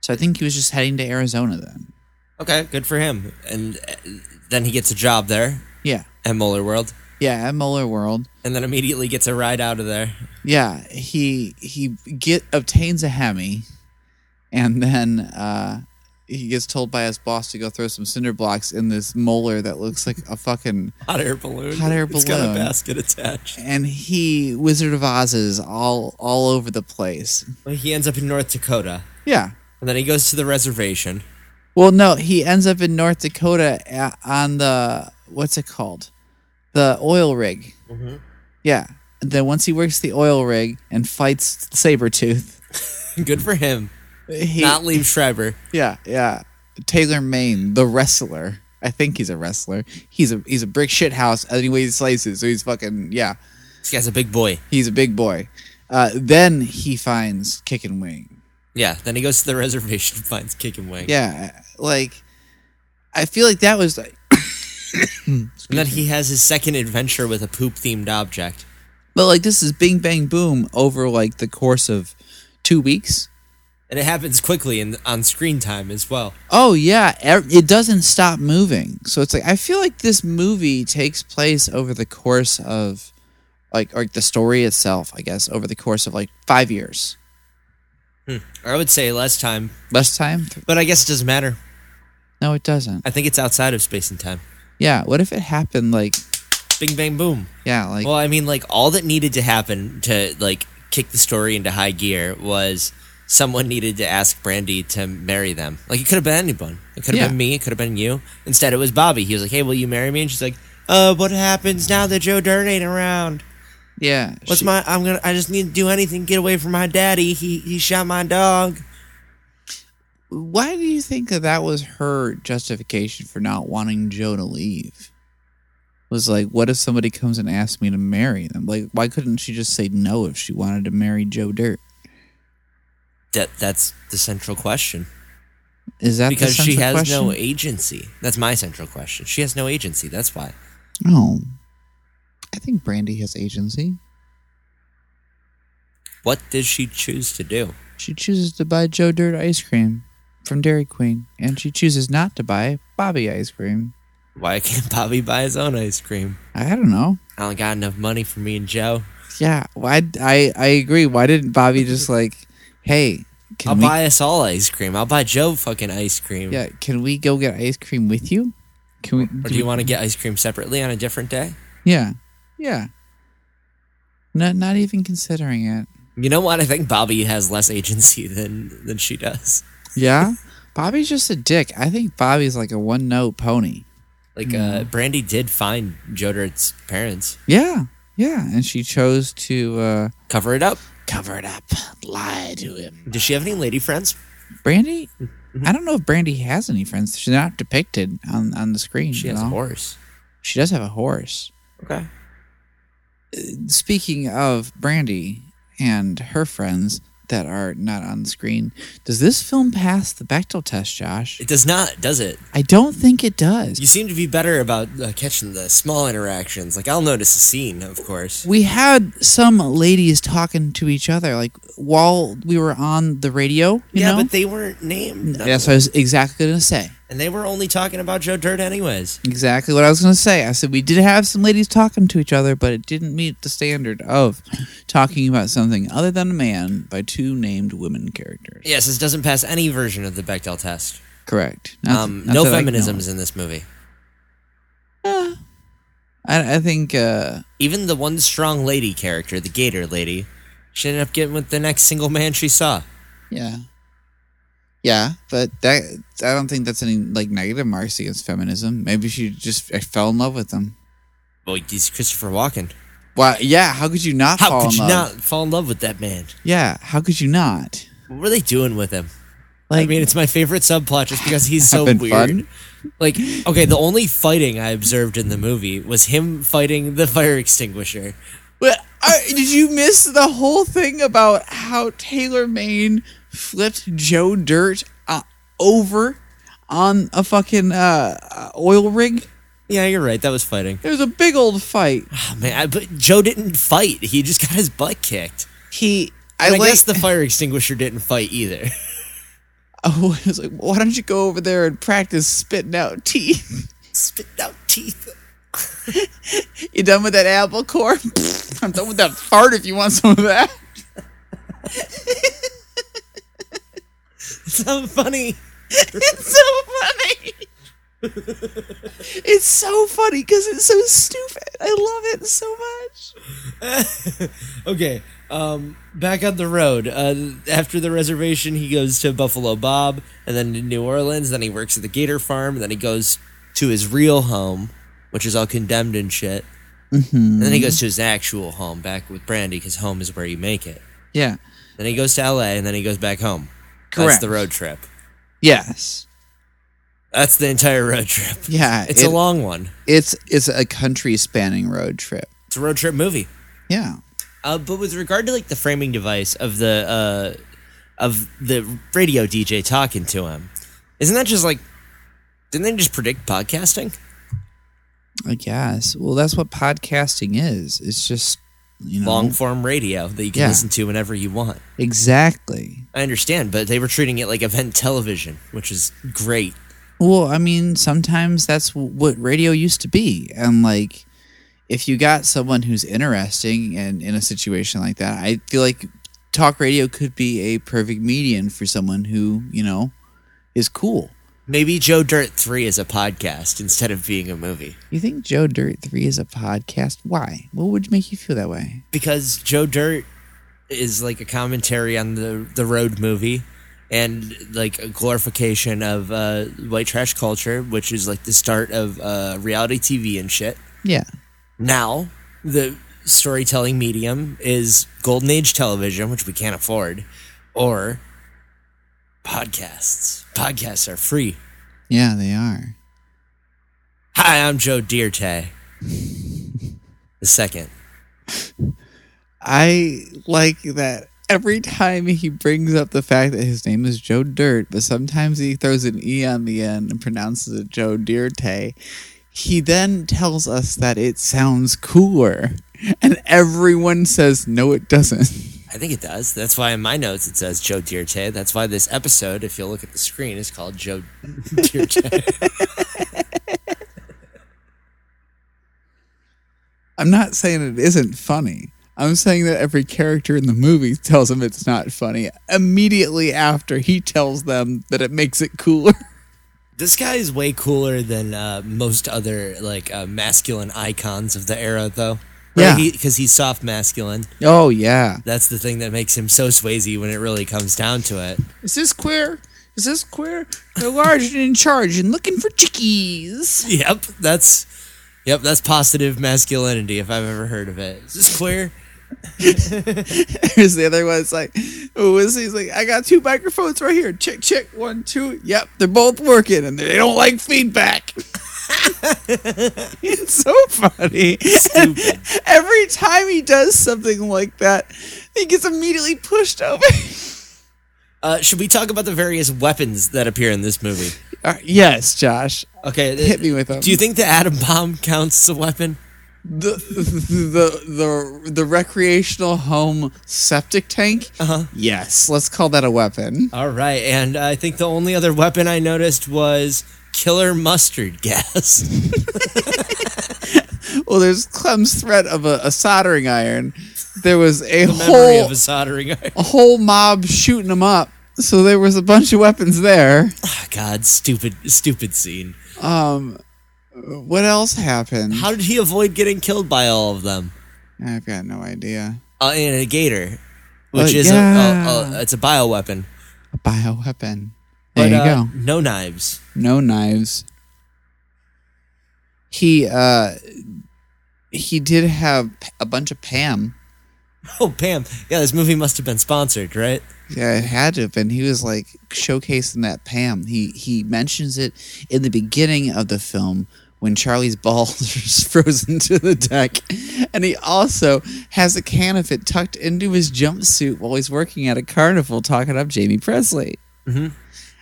[SPEAKER 2] So I think he was just heading to Arizona then.
[SPEAKER 3] Okay, good for him. And uh, then he gets a job there
[SPEAKER 2] Yeah,
[SPEAKER 3] at Muller World,
[SPEAKER 2] yeah, at Muller World.
[SPEAKER 3] and then immediately gets a ride out of there.
[SPEAKER 2] Yeah, he he get obtains a Hemi, and then uh, he gets told by his boss to go throw some cinder blocks in this molar that looks like a fucking
[SPEAKER 3] Hot air balloon.
[SPEAKER 2] Hot air
[SPEAKER 3] It's got
[SPEAKER 2] balloon.
[SPEAKER 3] a basket attached.
[SPEAKER 2] and he Wizard of Oz's all all over the place.
[SPEAKER 3] Well, he ends up in North Dakota,
[SPEAKER 2] Yeah,
[SPEAKER 3] and then he goes to the reservation.
[SPEAKER 2] Well, no, he ends up in North Dakota a- on the what's it called, the oil rig. Yeah. And then once he works the oil rig and fights Sabretooth,
[SPEAKER 3] Good for him.
[SPEAKER 2] he
[SPEAKER 3] Not leave Schreiber.
[SPEAKER 2] yeah yeah Taylor Maine, the wrestler. I think he's a wrestler. He's a he's a brick shit house anyway he slices. So he's fucking yeah.
[SPEAKER 3] This guy's a big boy.
[SPEAKER 2] He's a big boy. Uh, then he finds Kick and Wing.
[SPEAKER 3] Yeah. Then he goes to the reservation, and finds Kick and Wing.
[SPEAKER 2] Yeah, like I feel like that was like,
[SPEAKER 3] And then he has his second adventure with a poop themed object.
[SPEAKER 2] But like this is Bing Bang Boom over like the course of two weeks.
[SPEAKER 3] And it happens quickly and on screen time as well.
[SPEAKER 2] Oh yeah, ev- it doesn't stop moving. So it's like I feel like this movie takes place over the course of like or the story itself, I guess, over the course of like five years.
[SPEAKER 3] Or I would say less time,
[SPEAKER 2] Less time? Th-
[SPEAKER 3] but I guess it doesn't matter.
[SPEAKER 2] No, it doesn't.
[SPEAKER 3] I think it's outside of space and time.
[SPEAKER 2] Yeah. What if it happened like
[SPEAKER 3] Bing, bang, boom.
[SPEAKER 2] yeah, like
[SPEAKER 3] Well, I mean, like all that needed to happen to like kick the story into high gear was someone needed to ask Brandy to marry them. Like it could have been anyone. It could have
[SPEAKER 2] Yeah.
[SPEAKER 3] been me. It could have been you. Instead, it was Bobby. He was like, "Hey, will you marry me?" And she's like, "Uh, what happens now that Joe Dirt ain't around?
[SPEAKER 2] yeah.
[SPEAKER 3] What's
[SPEAKER 2] she-
[SPEAKER 3] my? I'm gonna. I just need to do anything. to Get away from my daddy. He he shot my dog.
[SPEAKER 2] why do you think that that was her justification for not wanting Joe to leave? Was like, what if somebody comes and asks me to marry them? Like, why couldn't she just say no if she wanted to marry Joe Dirt?
[SPEAKER 3] That that's the central question
[SPEAKER 2] Is that the
[SPEAKER 3] because she
[SPEAKER 2] central
[SPEAKER 3] has
[SPEAKER 2] question?
[SPEAKER 3] no agency. That's my central question. She has no agency. That's why.
[SPEAKER 2] Oh, I think Brandy has agency.
[SPEAKER 3] What did she choose to do?
[SPEAKER 2] She chooses to buy Joe Dirt ice cream from Dairy Queen, and she chooses not to buy Bobby ice cream.
[SPEAKER 3] Why can't Bobby buy his own ice cream?
[SPEAKER 2] I don't know.
[SPEAKER 3] I don't got enough money for me and Joe.
[SPEAKER 2] Yeah, why? I I agree. Why didn't Bobby just like, hey, can
[SPEAKER 3] I'll
[SPEAKER 2] we
[SPEAKER 3] buy us all ice cream. I'll buy Joe fucking ice cream.
[SPEAKER 2] Yeah, can we go get ice cream with you? Can we?
[SPEAKER 3] Or do you want to get ice cream separately on a different day?
[SPEAKER 2] Yeah, yeah. Not not even considering it.
[SPEAKER 3] You know what? I think Bobby has less agency than than she does.
[SPEAKER 2] Yeah, Bobby's just a dick. I think Bobby's like a one note pony.
[SPEAKER 3] Like uh
[SPEAKER 2] Mm.
[SPEAKER 3] Brandy did find Joe Dirt's parents.
[SPEAKER 2] Yeah, yeah, and she chose to uh,
[SPEAKER 3] Cover it up.
[SPEAKER 2] cover it up, lie to him.
[SPEAKER 3] Does she have any lady friends?
[SPEAKER 2] Brandy,
[SPEAKER 3] Mm-hmm.
[SPEAKER 2] I don't know if Brandy has any friends. She's not depicted on on the screen.
[SPEAKER 3] She
[SPEAKER 2] at
[SPEAKER 3] has a
[SPEAKER 2] all.
[SPEAKER 3] horse.
[SPEAKER 2] She does have a horse.
[SPEAKER 3] Okay.
[SPEAKER 2] Speaking of Brandy and her friends that are not on screen, does this film pass the Bechtel test, Josh?
[SPEAKER 3] It does not, does it?
[SPEAKER 2] I don't think it does.
[SPEAKER 3] You seem to be better about uh, catching the small interactions. Like I'll notice a scene, of course.
[SPEAKER 2] We had some ladies talking to each other, like while we were on the radio. You
[SPEAKER 3] yeah,
[SPEAKER 2] know?
[SPEAKER 3] but they weren't named.
[SPEAKER 2] that's what I was exactly going to say.
[SPEAKER 3] And they were only talking about Joe Dirt anyways.
[SPEAKER 2] Exactly what I was going to say. I said we did have some ladies talking to each other, but it didn't meet the standard of talking about something other than a man by two named women characters.
[SPEAKER 3] Yes, this doesn't pass any version of the Bechdel test.
[SPEAKER 2] Correct. Not-
[SPEAKER 3] Um,
[SPEAKER 2] not
[SPEAKER 3] no
[SPEAKER 2] that I know
[SPEAKER 3] feminisms
[SPEAKER 2] of.
[SPEAKER 3] in this movie.
[SPEAKER 2] I, I think uh,
[SPEAKER 3] Even the one strong lady character, the Gator lady, she ended up getting with the next single man she saw.
[SPEAKER 2] Yeah. Yeah, but that I don't think that's any like negative marks against feminism. Maybe she just I fell in love with them.
[SPEAKER 3] Well, he's Christopher Walken.
[SPEAKER 2] Well, yeah. How could you not
[SPEAKER 3] How
[SPEAKER 2] fall
[SPEAKER 3] could
[SPEAKER 2] in
[SPEAKER 3] you
[SPEAKER 2] love?
[SPEAKER 3] not fall in love with that man?
[SPEAKER 2] Yeah. How could you not?
[SPEAKER 3] What were they doing with him?
[SPEAKER 2] Like,
[SPEAKER 3] I mean, it's my favorite subplot just because he's so
[SPEAKER 2] Having
[SPEAKER 3] weird.
[SPEAKER 2] fun?
[SPEAKER 3] Like, okay, the only fighting I observed in the movie was him fighting the fire extinguisher.
[SPEAKER 2] But, uh, did you miss the whole thing about how Taylor Maine flipped Joe Dirt uh, over on a fucking uh, uh, oil rig?
[SPEAKER 3] Yeah, you're right. That was fighting.
[SPEAKER 2] There was a big old fight.
[SPEAKER 3] Oh, man, I, but Joe didn't fight. He just got his butt kicked.
[SPEAKER 2] He,
[SPEAKER 3] And I,
[SPEAKER 2] like-
[SPEAKER 3] guess the fire extinguisher didn't fight either.
[SPEAKER 2] Oh, I was like, why don't you go over there and practice spitting out teeth?
[SPEAKER 3] Spit out teeth.
[SPEAKER 2] You done with that apple core? I'm done with that fart if you want some of that.
[SPEAKER 3] It's not funny.
[SPEAKER 2] It's so funny. it's so funny because it's so stupid. I love it so much.
[SPEAKER 3] Okay. Um, back on the road. Uh, after the reservation, he goes to Buffalo Bob, and then to New Orleans. Then he works at the Gator Farm. And then he goes to his real home, which is all condemned and shit. And then he goes to his actual home, back with Brandy, because home is where you make it.
[SPEAKER 2] Yeah.
[SPEAKER 3] Then he goes to L.A. and then he goes back home. That's
[SPEAKER 2] Correct.
[SPEAKER 3] the road trip.
[SPEAKER 2] Yes.
[SPEAKER 3] That's the entire road trip.
[SPEAKER 2] Yeah.
[SPEAKER 3] It's a
[SPEAKER 2] it-
[SPEAKER 3] long one.
[SPEAKER 2] It's it's a country spanning road trip.
[SPEAKER 3] It's a road trip movie.
[SPEAKER 2] Yeah.
[SPEAKER 3] Uh, but with regard to like the framing device of the uh, of the radio DJ talking to him, isn't that just like? Didn't they just predict podcasting?
[SPEAKER 2] I guess. Well, that's what podcasting is. It's just you know
[SPEAKER 3] Long form radio that you can
[SPEAKER 2] Yeah.
[SPEAKER 3] listen to whenever you want.
[SPEAKER 2] exactly.
[SPEAKER 3] I understand, but they were treating it like event television, which is great.
[SPEAKER 2] Well, I mean, sometimes that's w- what radio used to be. And like, if you got someone who's interesting and in a situation like that, I feel like talk radio could be a perfect median for someone who, you know, is cool.
[SPEAKER 3] Maybe Joe Dirt Three is a podcast instead of being a movie
[SPEAKER 2] You think Joe Dirt 3 is a podcast? Why? What would make you feel that way?
[SPEAKER 3] because Joe Dirt is like a commentary on the the road movie and like a glorification of uh, white trash culture, which is like the start of uh, reality TV and shit.
[SPEAKER 2] Yeah.
[SPEAKER 3] Now the storytelling medium is golden age television, which we can't afford, or podcasts. Podcasts are free.
[SPEAKER 2] Yeah, they are.
[SPEAKER 3] Hi, I'm Joe Dierte. The second.
[SPEAKER 2] I like that every time he brings up the fact that his name is Joe Dirt, but sometimes he throws an E on the end and pronounces it Joe Dirte. He then tells us that it sounds cooler. And everyone says, no, it doesn't.
[SPEAKER 3] I think it does. That's why in my notes it says Joe Dirte. That's why this episode, if you'll look at the screen, is called Joe Dirte.
[SPEAKER 2] I'm not saying it isn't funny. I'm saying that every character in the movie tells him it's not funny immediately after he tells them that it makes it cooler.
[SPEAKER 3] this guy is way cooler than uh, most other like uh, masculine icons of the era, though.
[SPEAKER 2] Yeah.
[SPEAKER 3] because he's soft masculine.
[SPEAKER 2] Oh, yeah.
[SPEAKER 3] That's the thing that makes him so Swayze when it really comes down to it.
[SPEAKER 2] Is this queer? Is this queer? They're large and in charge and looking for chickies.
[SPEAKER 3] Yep, that's yep, that's positive masculinity if I've ever heard of it. Is this queer?
[SPEAKER 2] There's the other one. It's like, who is he? He's like, I got two microphones right here. Check, check. One, two. Yep, they're both working and they don't like feedback. it's so funny.
[SPEAKER 3] Stupid.
[SPEAKER 2] Every time he does something like that, he gets immediately pushed over.
[SPEAKER 3] Uh, should we talk about the various weapons that appear in this movie?
[SPEAKER 2] All right, Uh, yes, Josh.
[SPEAKER 3] Okay,
[SPEAKER 2] Hit me with 'em.
[SPEAKER 3] Do you think the atom bomb counts as a weapon?
[SPEAKER 2] The the the the recreational home septic tank. Uh-huh. Yes, let's call that a weapon.
[SPEAKER 3] All right, and I think the only other weapon I noticed was killer mustard gas.
[SPEAKER 2] Well, there's Clem's threat of a, a soldering iron there was a
[SPEAKER 3] The memory
[SPEAKER 2] whole
[SPEAKER 3] of a soldering iron.
[SPEAKER 2] a whole mob shooting them up. So there was a bunch of weapons there.
[SPEAKER 3] Ah, God, stupid, stupid scene.
[SPEAKER 2] What else happened?
[SPEAKER 3] How did he avoid getting killed by all of them?
[SPEAKER 2] I've got no idea.
[SPEAKER 3] Uh, in a gator, which
[SPEAKER 2] Uh,
[SPEAKER 3] is
[SPEAKER 2] yeah.
[SPEAKER 3] a, a, a it's a bioweapon.
[SPEAKER 2] A bioweapon. There
[SPEAKER 3] But,
[SPEAKER 2] you
[SPEAKER 3] uh,
[SPEAKER 2] go.
[SPEAKER 3] No knives.
[SPEAKER 2] no knives. He uh he did have p- a bunch of Pam.
[SPEAKER 3] Oh, Pam. Yeah, this movie must have been sponsored, right?
[SPEAKER 2] Yeah, it had to have been. He was like showcasing that Pam. He he mentions it in the beginning of the film when Charlie's balls are frozen to the deck, and he also has a can of it tucked into his jumpsuit while he's working at a carnival talking up Jamie Presley.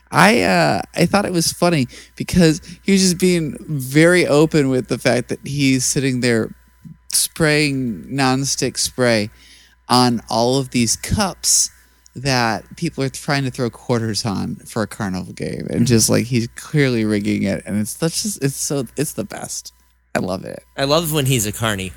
[SPEAKER 2] I uh, I thought it was funny because he was just being very open with the fact that he's sitting there spraying nonstick spray on all of these cups that people are trying to throw quarters on for a carnival game,
[SPEAKER 3] Mm-hmm.
[SPEAKER 2] and just like he's clearly rigging it, and it's that's just it's so it's the best. I love it.
[SPEAKER 3] I love when he's a carny.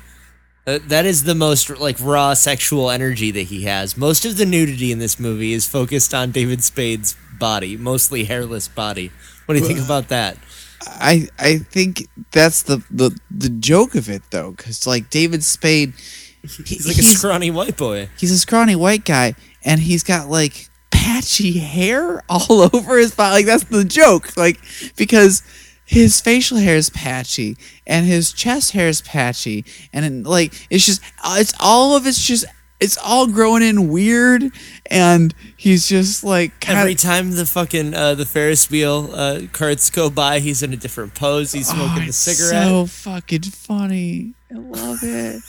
[SPEAKER 3] Uh, that is the most like raw sexual energy that he has. Most of the nudity in this movie is focused on David Spade's body, mostly hairless body. What do you think about that?
[SPEAKER 2] I I think that's the the the joke of it though, because like David Spade, he-
[SPEAKER 3] He's like a scrawny white boy.
[SPEAKER 2] he's a scrawny white guy and he's got like patchy hair all over his body like that's the joke like because his facial hair is patchy and his chest hair is patchy and then, like it's just uh, it's all of it's just it's all growing in weird and he's just like kind
[SPEAKER 3] Every
[SPEAKER 2] of
[SPEAKER 3] time the fucking uh, the Ferris wheel uh, carts go by, he's in a different pose. He's smoking the cigarette.
[SPEAKER 2] Oh, so fucking funny i love it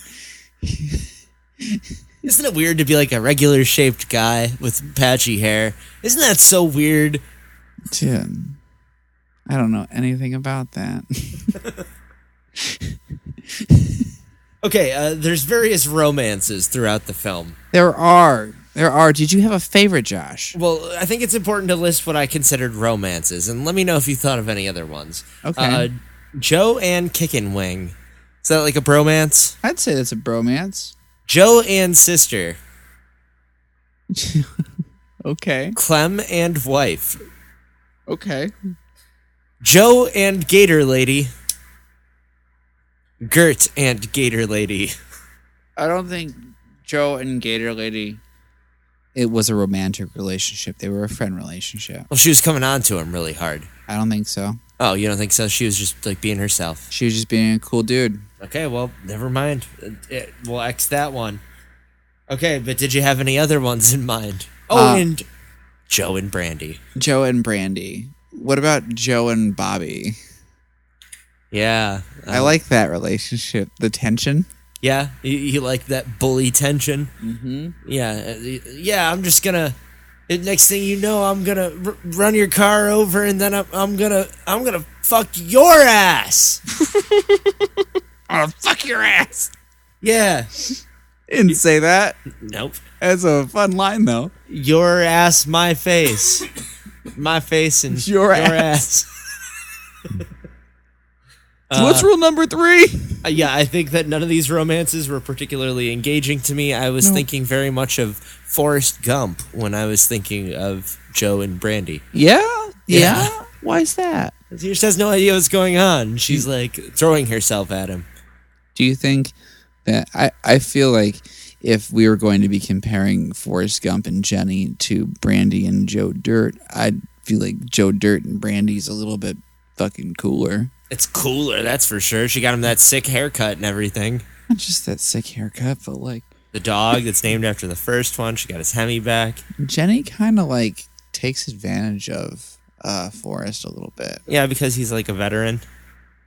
[SPEAKER 3] Isn't it weird to be like a regular shaped guy with patchy hair? Isn't that so weird?
[SPEAKER 2] Tim, I don't know anything about that.
[SPEAKER 3] Okay, uh, there's various romances throughout the film.
[SPEAKER 2] There are. There are. Did you have a favorite, Josh?
[SPEAKER 3] Well, I think it's important to list what I considered romances, and let me know if you thought of any other ones.
[SPEAKER 2] Okay.
[SPEAKER 3] Uh, Joe and Kickin' Wing. Is that like a bromance?
[SPEAKER 2] I'd say that's a bromance.
[SPEAKER 3] Joe and sister.
[SPEAKER 2] Okay.
[SPEAKER 3] Clem and wife.
[SPEAKER 2] Okay.
[SPEAKER 3] Joe and Gator Lady. Gert and Gator Lady.
[SPEAKER 2] I don't think Joe and Gator Lady. It was a romantic relationship. They were a friend relationship.
[SPEAKER 3] Well, she was coming on to him really hard.
[SPEAKER 2] I don't think so.
[SPEAKER 3] Oh, you don't think so? She was just like being herself.
[SPEAKER 2] She was just being a cool dude.
[SPEAKER 3] Okay, well, never mind. It, it- we'll X that one. Okay, but did you have any other ones in mind? Oh,
[SPEAKER 2] Uh,
[SPEAKER 3] and Joe and Brandy.
[SPEAKER 2] Joe and Brandy. What about Joe and Bobby?
[SPEAKER 3] Yeah,
[SPEAKER 2] I
[SPEAKER 3] um,
[SPEAKER 2] like that relationship. The tension.
[SPEAKER 3] Yeah, you, you like that bully tension.
[SPEAKER 2] Mm-hmm.
[SPEAKER 3] Yeah, uh, y- yeah. I'm just gonna. uh, Next thing you know, I'm gonna r- run your car over, and then I'm, I'm gonna I'm gonna fuck your ass.
[SPEAKER 2] Oh, fuck your ass!
[SPEAKER 3] Yeah.
[SPEAKER 2] Didn't say that.
[SPEAKER 3] Nope.
[SPEAKER 2] That's a fun line though.
[SPEAKER 3] Your ass, my face. my face and
[SPEAKER 2] Your
[SPEAKER 3] ass.
[SPEAKER 2] So what's rule number three?
[SPEAKER 3] Uh, Yeah, I think that none of these romances were particularly engaging to me. I was thinking very much of Forrest Gump when I was thinking of Joe and Brandy.
[SPEAKER 2] Yeah.
[SPEAKER 3] Yeah.
[SPEAKER 2] Why is that?
[SPEAKER 3] She just has no idea what's going on. She's like throwing herself at him.
[SPEAKER 2] Do you think that I, I feel like if we were going to be comparing Forrest Gump and Jenny to Brandy and Joe Dirt, I'd feel like Joe Dirt and Brandy's a little bit fucking cooler.
[SPEAKER 3] It's cooler, that's for sure. She got him that sick haircut and everything.
[SPEAKER 2] Not just that sick haircut, but like
[SPEAKER 3] The dog that's named after the first one. She got his Hemi back.
[SPEAKER 2] Jenny kind of like takes advantage of uh Forrest a little bit.
[SPEAKER 3] Yeah, because he's like a veteran.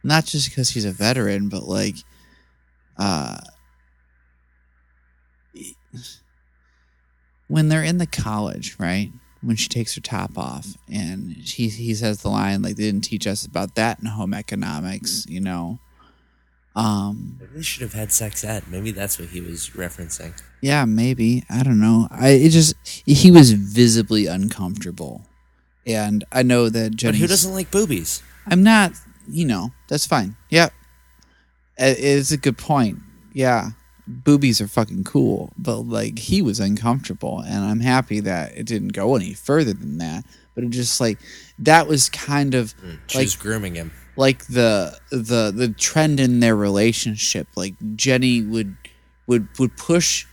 [SPEAKER 2] Not just because he's a veteran, but like uh when they're in the college, right? When she takes her top off and he he says the line like they didn't teach us about that in home economics, you know. Um
[SPEAKER 3] Maybe they should have had sex ed. Maybe that's what he was referencing.
[SPEAKER 2] yeah, maybe. I don't know. I it just he was visibly uncomfortable. And I know that
[SPEAKER 3] But
[SPEAKER 2] Jenny
[SPEAKER 3] who doesn't like boobies?
[SPEAKER 2] I'm not, you know, that's fine. Yep. I- It's a good point. Yeah. boobies are fucking cool, but like he was uncomfortable, and I'm happy that it didn't go any further than that. But it just like that was kind of
[SPEAKER 3] She
[SPEAKER 2] like
[SPEAKER 3] was grooming him.
[SPEAKER 2] like the the the trend in their relationship. Like Jenny would would would push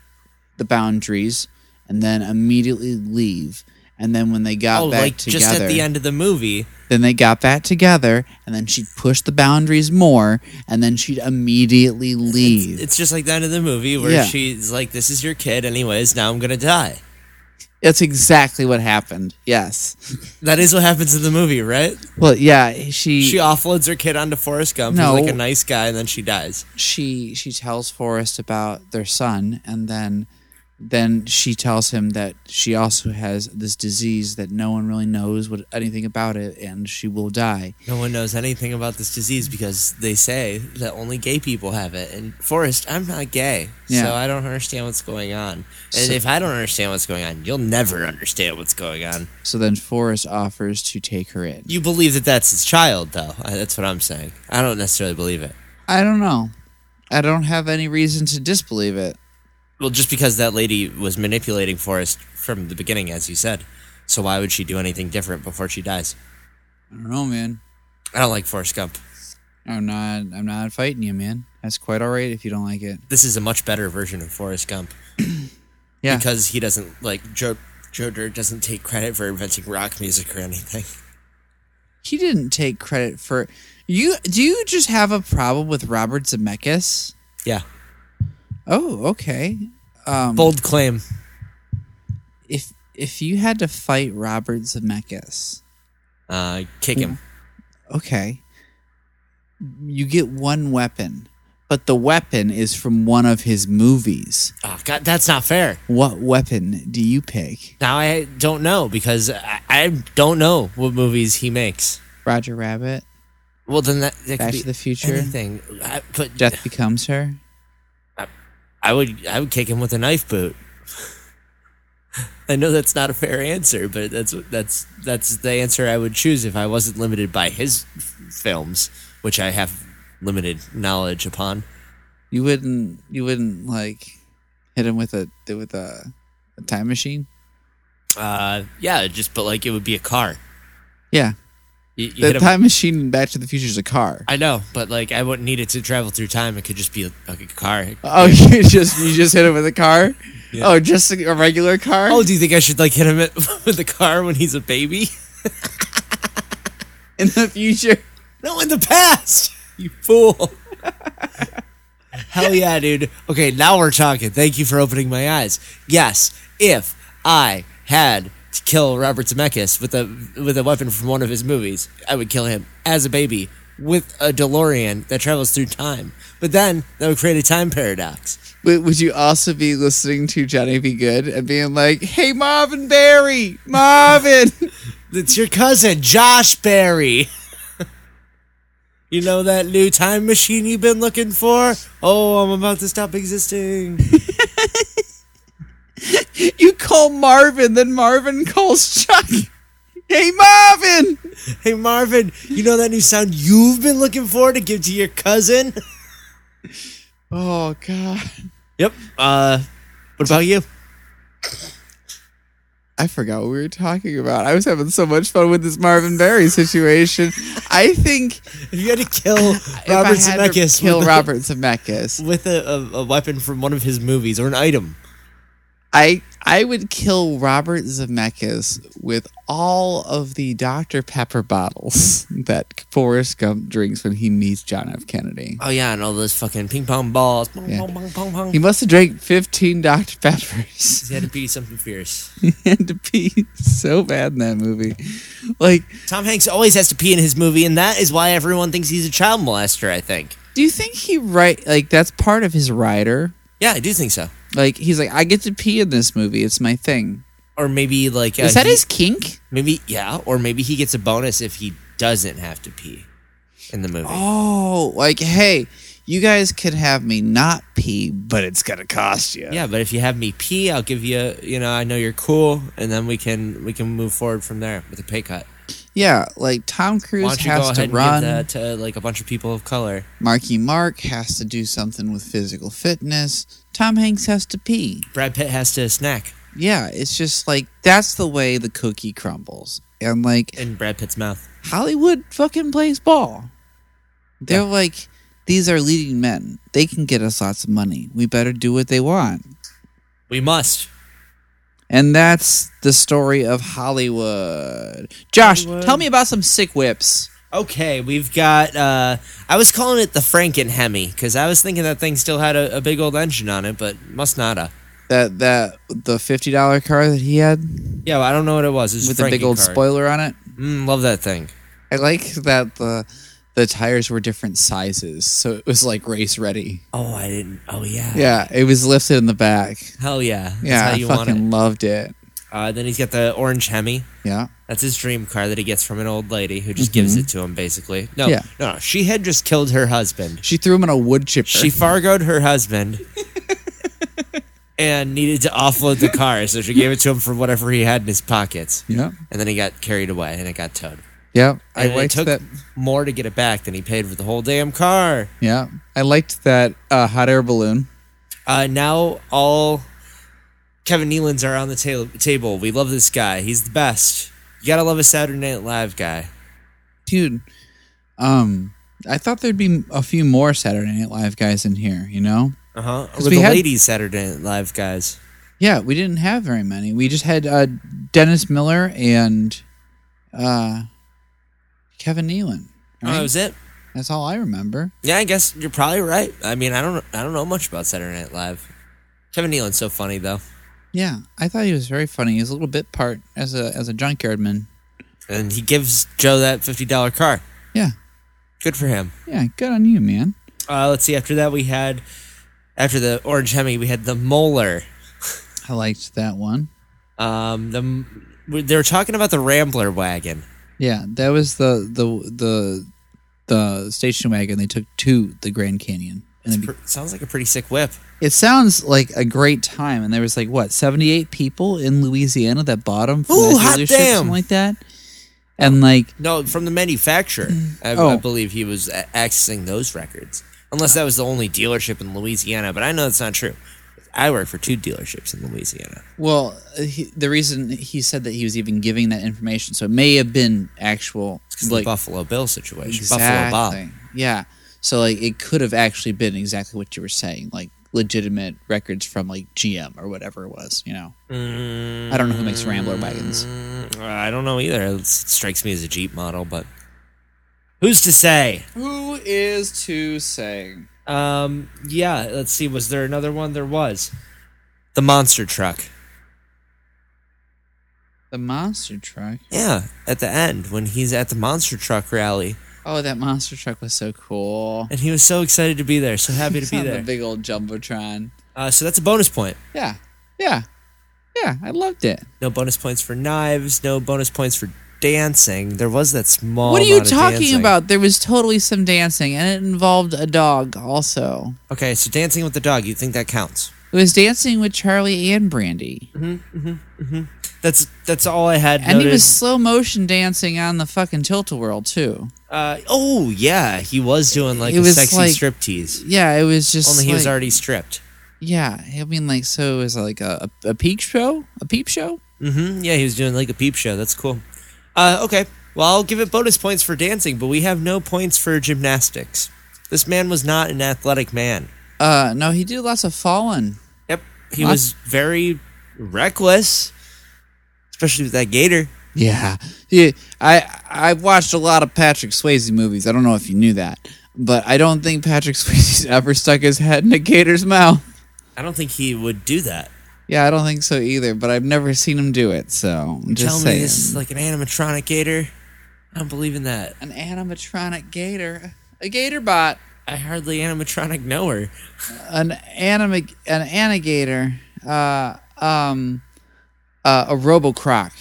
[SPEAKER 2] the boundaries and then immediately leave. And then when they got
[SPEAKER 3] Oh,
[SPEAKER 2] back
[SPEAKER 3] like
[SPEAKER 2] together,
[SPEAKER 3] just at the end of the movie.
[SPEAKER 2] then they got back together, and then she'd push the boundaries more, and then she'd immediately leave.
[SPEAKER 3] It's just like the end of the movie where
[SPEAKER 2] Yeah.
[SPEAKER 3] she's like, "This is your kid, anyways. Now I'm gonna die."
[SPEAKER 2] That's exactly what happened. Yes.
[SPEAKER 3] That is what happens in the movie, right?
[SPEAKER 2] Well, yeah, she
[SPEAKER 3] She
[SPEAKER 2] she
[SPEAKER 3] offloads her kid onto Forrest Gump, who's
[SPEAKER 2] No.
[SPEAKER 3] like a nice guy, and then she dies.
[SPEAKER 2] she, tells Forrest about their son and then then she tells him that she also has this disease that no one really knows what anything about it and she will die.
[SPEAKER 3] No one knows anything about this disease because they say that only gay people have it. And Forrest, I'm not gay,
[SPEAKER 2] Yeah.
[SPEAKER 3] so I don't understand what's going on. And
[SPEAKER 2] So-
[SPEAKER 3] if I don't understand what's going on, you'll never understand what's going on.
[SPEAKER 2] So then Forrest offers to take her in.
[SPEAKER 3] You believe that that's his child, though. Uh, That's what I'm saying. I don't necessarily believe it.
[SPEAKER 2] I don't know. I don't have any reason to disbelieve it.
[SPEAKER 3] Well, just because that lady was manipulating Forrest from the beginning, as you said. So why would she do anything different before she dies?
[SPEAKER 2] I don't know, man.
[SPEAKER 3] I don't like Forrest Gump.
[SPEAKER 2] I'm not I'm not fighting you, man. That's quite all right if you don't like it.
[SPEAKER 3] This is a much better version of Forrest Gump.
[SPEAKER 2] Yeah.
[SPEAKER 3] Because he doesn't, like, Joe, Joe Dirt doesn't take credit for inventing rock music or anything.
[SPEAKER 2] he didn't take credit for you do you just have a problem with robert zemeckis
[SPEAKER 3] Yeah.
[SPEAKER 2] oh okay um
[SPEAKER 3] Bold claim.
[SPEAKER 2] if if you had to fight robert zemeckis
[SPEAKER 3] Uh, kick him.
[SPEAKER 2] okay you get one weapon but the weapon is from one of his movies
[SPEAKER 3] Oh, God, that's not fair.
[SPEAKER 2] what weapon do you pick
[SPEAKER 3] Now I don't know because I, I don't know what movies he makes.
[SPEAKER 2] roger rabbit
[SPEAKER 3] Well, then that, that
[SPEAKER 2] Back
[SPEAKER 3] could be
[SPEAKER 2] to the Future?
[SPEAKER 3] Anything. I, but
[SPEAKER 2] death becomes her
[SPEAKER 3] I would I would kick him with a knife boot. I know that's not a fair answer, but that's that's that's the answer I would choose if I wasn't limited by his f- films, which I have limited knowledge upon.
[SPEAKER 2] you wouldn't you wouldn't like hit him with a with a, a time machine
[SPEAKER 3] Uh, yeah, just but like it would be a car.
[SPEAKER 2] yeah
[SPEAKER 3] You, you
[SPEAKER 2] the
[SPEAKER 3] hit him-
[SPEAKER 2] time machine in Back to the Future is a car.
[SPEAKER 3] I know, but like I wouldn't need it to travel through time. It could just be like a car.
[SPEAKER 2] Oh, you just you just hit him with a car. Oh, just a, a regular car.
[SPEAKER 3] Oh, do you think I should like hit him at, with a car when he's a baby?
[SPEAKER 2] in the future.
[SPEAKER 3] No, in the past. You fool. Hell yeah, dude. Okay, now we're talking. Thank you for opening my eyes. Yes, if I had to kill Robert Zemeckis with a with a weapon from one of his movies, I would kill him as a baby with a DeLorean that travels through time. But then that would create a time paradox.
[SPEAKER 2] Would, would you also be listening to Johnny Be Good and being like, "Hey, Marvin Barry, Marvin,
[SPEAKER 3] It's your cousin, Josh Berry. you know that new time machine you've been looking for? Oh, I'm about to stop existing.
[SPEAKER 2] you call Marvin, then Marvin calls Chuck." Hey Marvin!
[SPEAKER 3] Hey Marvin, you know that new sound you've been looking for to give to your cousin?
[SPEAKER 2] Oh God,
[SPEAKER 3] Yep. Uh, what about you?
[SPEAKER 2] I forgot what we were talking about. I was having so much fun with this Marvin Barry situation. I think
[SPEAKER 3] If you had to kill Robert
[SPEAKER 2] if I had to
[SPEAKER 3] Zemeckis
[SPEAKER 2] kill
[SPEAKER 3] with,
[SPEAKER 2] Robert Zemeckis,
[SPEAKER 3] A, with a, a, a weapon from one of his movies or an item,
[SPEAKER 2] I I would kill Robert Zemeckis with all of the Dr Pepper bottles that Forrest Gump drinks when he meets John F. Kennedy.
[SPEAKER 3] oh yeah, and all those fucking ping pong balls. Pong,
[SPEAKER 2] Yeah.
[SPEAKER 3] pong, pong, pong, pong.
[SPEAKER 2] He must have drank fifteen Dr Peppers.
[SPEAKER 3] He had to be something fierce.
[SPEAKER 2] he had to pee so bad in that movie. Like,
[SPEAKER 3] Tom Hanks always has to pee in his movie, and that is why everyone thinks he's a child molester. I think.
[SPEAKER 2] do you think he write like that's part of his rider?
[SPEAKER 3] Yeah, I do think so.
[SPEAKER 2] Like he's like, I get to pee in this movie. It's my thing.
[SPEAKER 3] Or maybe like uh,
[SPEAKER 2] Is that
[SPEAKER 3] he-
[SPEAKER 2] his kink?
[SPEAKER 3] Maybe yeah, or maybe he gets a bonus if he doesn't have to pee in the movie.
[SPEAKER 2] Oh, like hey, you guys could have me not pee, but it's gonna cost you.
[SPEAKER 3] Yeah, but if you have me pee, I'll give you. You know, I know you're cool, and then we can we can move forward from there with a pay cut.
[SPEAKER 2] Yeah, like Tom
[SPEAKER 3] Why
[SPEAKER 2] Cruise
[SPEAKER 3] don't you go
[SPEAKER 2] has
[SPEAKER 3] ahead
[SPEAKER 2] to
[SPEAKER 3] and
[SPEAKER 2] run.
[SPEAKER 3] give that to like a bunch of people of color?
[SPEAKER 2] Marky Mark has to do something with physical fitness. Tom Hanks has to pee.
[SPEAKER 3] Brad Pitt has to snack
[SPEAKER 2] Yeah, it's just like that's the way the cookie crumbles. And like
[SPEAKER 3] in Brad Pitt's mouth.
[SPEAKER 2] Hollywood fucking plays ball. They're
[SPEAKER 3] Yeah.
[SPEAKER 2] like, these are leading men. They can get us lots of money. We better do what they want.
[SPEAKER 3] We must.
[SPEAKER 2] And that's the story of Hollywood. Josh,
[SPEAKER 3] Hollywood.
[SPEAKER 2] tell me about some sick whips.
[SPEAKER 3] Okay, we've got. Uh, I was calling it the Franken Hemi because I was thinking that thing still had a, a big old engine on it, but must not. have.
[SPEAKER 2] That that the fifty dollar car that he had
[SPEAKER 3] Yeah, well, I don't know what it was. It was
[SPEAKER 2] with
[SPEAKER 3] a
[SPEAKER 2] the big
[SPEAKER 3] Franken
[SPEAKER 2] old
[SPEAKER 3] car.
[SPEAKER 2] spoiler on it.
[SPEAKER 3] Mm, love that thing.
[SPEAKER 2] I like that the the tires were different sizes, so it was like race ready.
[SPEAKER 3] Oh, I didn't. Oh yeah.
[SPEAKER 2] Yeah, it was lifted in the back.
[SPEAKER 3] Hell yeah. That's
[SPEAKER 2] Yeah,
[SPEAKER 3] how
[SPEAKER 2] I
[SPEAKER 3] you want
[SPEAKER 2] fucking
[SPEAKER 3] it.
[SPEAKER 2] loved it.
[SPEAKER 3] Uh, then he's got the orange Hemi.
[SPEAKER 2] Yeah,
[SPEAKER 3] That's his dream car that he gets from an old lady who just gives it to him, basically. No,
[SPEAKER 2] Mm-hmm. Yeah.
[SPEAKER 3] no, she had just killed her husband.
[SPEAKER 2] she threw him in a wood chipper.
[SPEAKER 3] She Fargoed her husband and needed to offload the car, so she gave it to him for whatever he had in his pockets.
[SPEAKER 2] yeah,
[SPEAKER 3] And then he got carried away and it got towed.
[SPEAKER 2] yeah. I
[SPEAKER 3] And it
[SPEAKER 2] liked
[SPEAKER 3] took
[SPEAKER 2] that.
[SPEAKER 3] more to get it back than he paid for the whole damn car.
[SPEAKER 2] Yeah, I liked that uh, hot air balloon.
[SPEAKER 3] Uh, now all Kevin Nealon's are on the ta- table. We love this guy. He's the best. You gotta love a Saturday Night Live guy.
[SPEAKER 2] dude um i thought there'd be a few more saturday night live guys in here you know
[SPEAKER 3] Uh huh.
[SPEAKER 2] 'Cause
[SPEAKER 3] With
[SPEAKER 2] we
[SPEAKER 3] the
[SPEAKER 2] had-
[SPEAKER 3] ladies Saturday Night Live guys.
[SPEAKER 2] yeah we didn't have very many we just had uh dennis miller and uh kevin nealon
[SPEAKER 3] Oh,
[SPEAKER 2] right?
[SPEAKER 3] that was it.
[SPEAKER 2] that's all i remember
[SPEAKER 3] Yeah, I guess you're probably right. I mean, I don't, I don't know much about Saturday Night Live. Kevin Nealon's so funny though.
[SPEAKER 2] yeah i thought he was very funny his little bit part as a as a junkyard man
[SPEAKER 3] and he gives Joe that fifty dollar car.
[SPEAKER 2] yeah
[SPEAKER 3] Good for him.
[SPEAKER 2] yeah good on you man
[SPEAKER 3] Uh, let's see. After that, we had after the orange Hemi, we had the molar.
[SPEAKER 2] i liked that one
[SPEAKER 3] Um, the m- we- they were talking about the Rambler wagon.
[SPEAKER 2] yeah that was the the the the station wagon they took to the grand canyon and
[SPEAKER 3] It's
[SPEAKER 2] they
[SPEAKER 3] pr- sounds like a pretty sick whip.
[SPEAKER 2] It sounds like a great time, and there was like what seventy eight people in Louisiana that bought them from
[SPEAKER 3] Ooh,
[SPEAKER 2] that
[SPEAKER 3] hot
[SPEAKER 2] dealership,
[SPEAKER 3] damn.
[SPEAKER 2] something like that. And like,
[SPEAKER 3] No, from the manufacturer. I, I
[SPEAKER 2] Oh.
[SPEAKER 3] believe he was a- accessing those records. Unless that was the only dealership in Louisiana, but I know that's not true. I work for two dealerships in Louisiana.
[SPEAKER 2] well, uh, he, the reason he said that he was even giving that information, so it may have been actual
[SPEAKER 3] It's
[SPEAKER 2] like
[SPEAKER 3] the Buffalo Bill situation.
[SPEAKER 2] exactly,
[SPEAKER 3] Buffalo Bob.
[SPEAKER 2] yeah. So like, it could have actually been exactly what you were saying, like legitimate records from like GM or whatever it was. You know, I don't know who makes Rambler wagons.
[SPEAKER 3] Mm, I don't know either. It strikes me as a Jeep model, but who's to say?
[SPEAKER 2] Who is to say?
[SPEAKER 3] Um, yeah, let's see. Was there another one? There was. The monster truck.
[SPEAKER 2] The monster truck.
[SPEAKER 3] Yeah, at the end when he's at the monster truck rally,
[SPEAKER 2] Oh, that monster truck was so cool.
[SPEAKER 3] and he was so excited to be there, so happy to
[SPEAKER 2] It's
[SPEAKER 3] be
[SPEAKER 2] not
[SPEAKER 3] there.
[SPEAKER 2] The big old jumbotron.
[SPEAKER 3] Uh, so that's a bonus point.
[SPEAKER 2] Yeah, yeah, yeah. I loved it.
[SPEAKER 3] No bonus points for knives. No bonus points for dancing. There was that small.
[SPEAKER 2] what are you
[SPEAKER 3] amount of
[SPEAKER 2] talking
[SPEAKER 3] dancing.
[SPEAKER 2] about? There was totally some dancing, and it involved a dog also.
[SPEAKER 3] Okay, so dancing with the dog. You think that counts?
[SPEAKER 2] It was dancing with Charlie and Brandy,
[SPEAKER 3] That's that's all I had.
[SPEAKER 2] and he
[SPEAKER 3] noted.
[SPEAKER 2] was slow motion dancing on the fucking tilt a whirl too.
[SPEAKER 3] Uh, oh yeah, he was doing like
[SPEAKER 2] It
[SPEAKER 3] a
[SPEAKER 2] was
[SPEAKER 3] sexy
[SPEAKER 2] like-
[SPEAKER 3] striptease.
[SPEAKER 2] Yeah, it was just
[SPEAKER 3] Only he was
[SPEAKER 2] like-
[SPEAKER 3] already stripped.
[SPEAKER 2] Yeah, I mean, like so it was like a a, a peep show, a peep show.
[SPEAKER 3] hmm Yeah, he was doing like a peep show. That's cool. Uh, okay. Well, I'll give it bonus points for dancing, but we have no points for gymnastics. This man was not an athletic man.
[SPEAKER 2] Uh, no, he did lots of falling.
[SPEAKER 3] Yep, he
[SPEAKER 2] Huh?
[SPEAKER 3] was very reckless, especially with that gator.
[SPEAKER 2] Yeah. yeah I I've watched a lot of Patrick Swayze movies. I don't know if you knew that, but I don't think Patrick Swayze's ever stuck his head in a gator's mouth.
[SPEAKER 3] I don't think he would do that.
[SPEAKER 2] Yeah, I don't think so either, but I've never seen him do it, so I'm just
[SPEAKER 3] Tell
[SPEAKER 2] saying.
[SPEAKER 3] me this is like an animatronic gator. I don't believe in that.
[SPEAKER 2] An animatronic gator. A gator bot.
[SPEAKER 3] I hardly animatronic know her.
[SPEAKER 2] An anima an annigator. Uh um uh, a robocroc.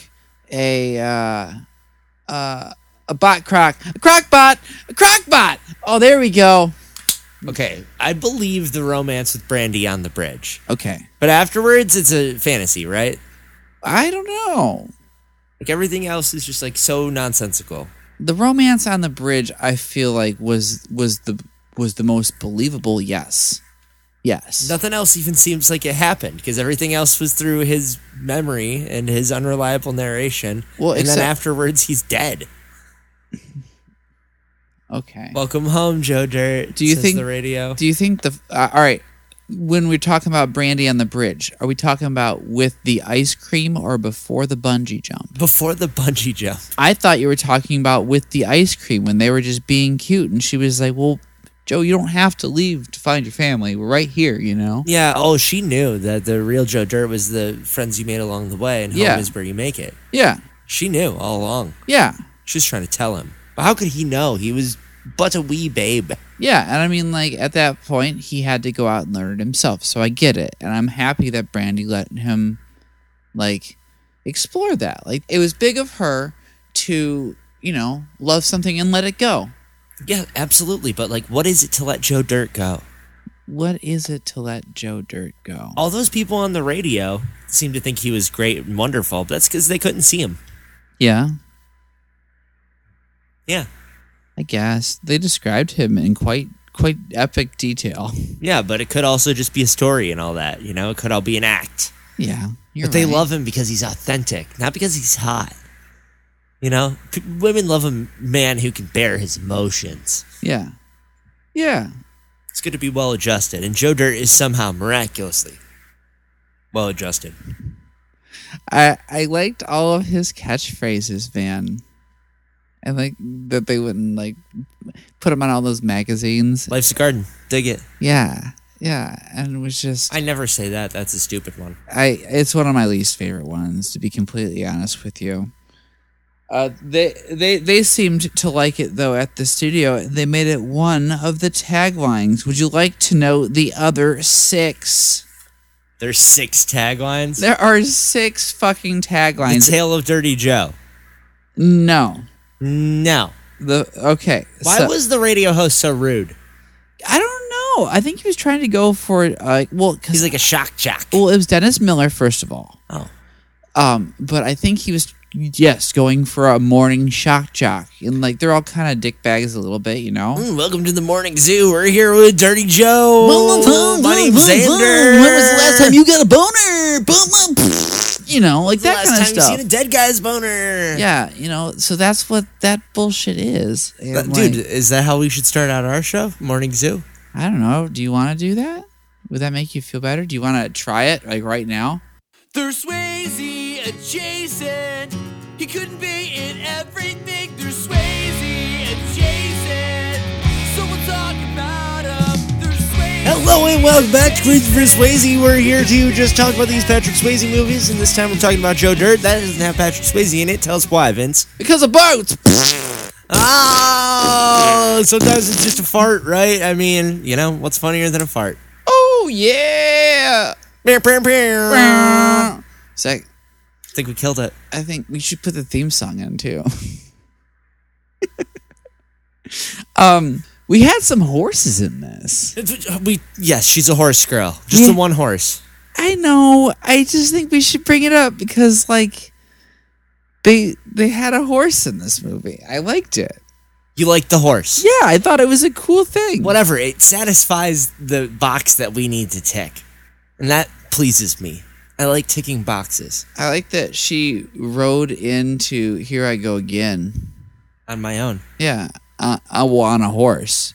[SPEAKER 2] A uh uh a bot croc. A croc bot! A croc bot! Oh there we go.
[SPEAKER 3] Okay, I believe the romance with Brandy on the bridge,
[SPEAKER 2] Okay.
[SPEAKER 3] but afterwards it's a fantasy, right?
[SPEAKER 2] I don't know.
[SPEAKER 3] Like everything else is just like so nonsensical.
[SPEAKER 2] the romance on the bridge i feel like was was the was the most believable yes yes
[SPEAKER 3] Nothing else even seems like it happened because everything else was through his memory and his unreliable narration.
[SPEAKER 2] Well,
[SPEAKER 3] and
[SPEAKER 2] except-
[SPEAKER 3] then afterwards, he's dead.
[SPEAKER 2] okay
[SPEAKER 3] Welcome home, Joe Dirt.
[SPEAKER 2] Do you
[SPEAKER 3] says
[SPEAKER 2] think-
[SPEAKER 3] the radio?
[SPEAKER 2] do you think the uh, all right when we're talking about brandy on the bridge are we talking about with the ice cream or before the bungee jump
[SPEAKER 3] Before the bungee jump,
[SPEAKER 2] i thought you were talking about with the ice cream when they were just being cute and she was like well joe you don't have to leave to find your family we're right here you know
[SPEAKER 3] yeah. Oh, she knew that the real Joe Dirt was the friends you made along the way, and home
[SPEAKER 2] Yeah.
[SPEAKER 3] is where you make it.
[SPEAKER 2] yeah
[SPEAKER 3] She knew all along.
[SPEAKER 2] yeah
[SPEAKER 3] She was trying to tell him, but how could he know? He was but a wee babe.
[SPEAKER 2] Yeah, and I mean, like at that point, he had to go out and learn it himself. So I get it, and I'm happy that Brandy let him, like, explore that. Like it was big of her to, you know, love something and let it go.
[SPEAKER 3] Yeah, absolutely. But like, what is it to let Joe Dirt go?
[SPEAKER 2] What is it to let Joe Dirt go?
[SPEAKER 3] All those people on the radio seem to think he was great and wonderful, but that's because they couldn't see him.
[SPEAKER 2] Yeah,
[SPEAKER 3] Yeah.
[SPEAKER 2] I guess they described him in quite quite epic detail.
[SPEAKER 3] Yeah, but it could also just be a story and all that, you know? It could all be an act.
[SPEAKER 2] Yeah, you're
[SPEAKER 3] But they
[SPEAKER 2] right.
[SPEAKER 3] love him because he's authentic, not because he's hot. You know? P- women love a man who can bear his emotions.
[SPEAKER 2] Yeah, yeah.
[SPEAKER 3] It's good to be well adjusted, and Joe Dirt is somehow miraculously well adjusted.
[SPEAKER 2] I I liked all of his catchphrases, man. And like that they wouldn't like put him on all those magazines.
[SPEAKER 3] Life's a garden. Dig it.
[SPEAKER 2] yeah. Yeah. And it was just
[SPEAKER 3] I never say that. That's a stupid one.
[SPEAKER 2] I it's one of my least favorite ones, to be completely honest with you. Uh, they they they seemed to like it though at the studio. They made it one of the taglines. Would you like to know the other six?
[SPEAKER 3] There's six taglines.
[SPEAKER 2] There are six fucking
[SPEAKER 3] The
[SPEAKER 2] taglines.
[SPEAKER 3] Tale of Dirty Joe.
[SPEAKER 2] no,
[SPEAKER 3] No.
[SPEAKER 2] the okay.
[SPEAKER 3] Why
[SPEAKER 2] so-
[SPEAKER 3] was the radio host so rude?
[SPEAKER 2] I don't know. I think he was trying to go for uh, well,
[SPEAKER 3] He's
[SPEAKER 2] because
[SPEAKER 3] like a shock jock.
[SPEAKER 2] well, it was Dennis Miller first of all.
[SPEAKER 3] Oh.
[SPEAKER 2] Um, but I think he was yes going for a morning shock jock, and like they're all kind of dick bags a little bit, you know.
[SPEAKER 3] Mm, welcome to the morning zoo. We're here with Dirty Joe. My name's Xander.
[SPEAKER 2] When was the last time you got a boner? Boom, boom, You know, like
[SPEAKER 3] The
[SPEAKER 2] that
[SPEAKER 3] last
[SPEAKER 2] kind of
[SPEAKER 3] time you
[SPEAKER 2] stuff.
[SPEAKER 3] seen a dead guy's boner?
[SPEAKER 2] Yeah, you know. So that's what that bullshit is. And,
[SPEAKER 3] That-
[SPEAKER 2] like,
[SPEAKER 3] Uh, dude, is that how we should start out our show? Morning zoo.
[SPEAKER 2] I don't know. Do you want to do that? Would that make you feel better? Do you want to try it like right now?
[SPEAKER 1] They're Swayze adjacent. He couldn't be in everything. They're Swayze adjacent. So we'll talk about him. They're Swayze.
[SPEAKER 3] Hello and welcome back to Christopher Swayze. We're here to just talk about these Patrick Swayze movies, and this time we're talking about Joe Dirt. That doesn't have Patrick Swayze in it. Tell us why, Vince.
[SPEAKER 2] Because of boats.
[SPEAKER 3] Oh, sometimes it's just a fart, right? I mean, you know, what's funnier than a fart?
[SPEAKER 2] Oh yeah.
[SPEAKER 3] Pew, pew, pew.
[SPEAKER 2] It's like
[SPEAKER 3] think we killed it.
[SPEAKER 2] I think we should put the theme song in too. um, we had some horses in this.
[SPEAKER 3] We yes, she's a horse girl. Just
[SPEAKER 2] Yeah.
[SPEAKER 3] the one horse.
[SPEAKER 2] I know. I just think we should bring it up because like they they had a horse in this movie. I liked it.
[SPEAKER 3] You like the horse.
[SPEAKER 2] Yeah, I thought it was a cool thing.
[SPEAKER 3] Whatever, it satisfies the box that we need to tick. And that pleases me. I like ticking boxes
[SPEAKER 2] I like that she rode into "Here I Go Again."
[SPEAKER 3] on my own.
[SPEAKER 2] Yeah, uh, uh, well, on a horse.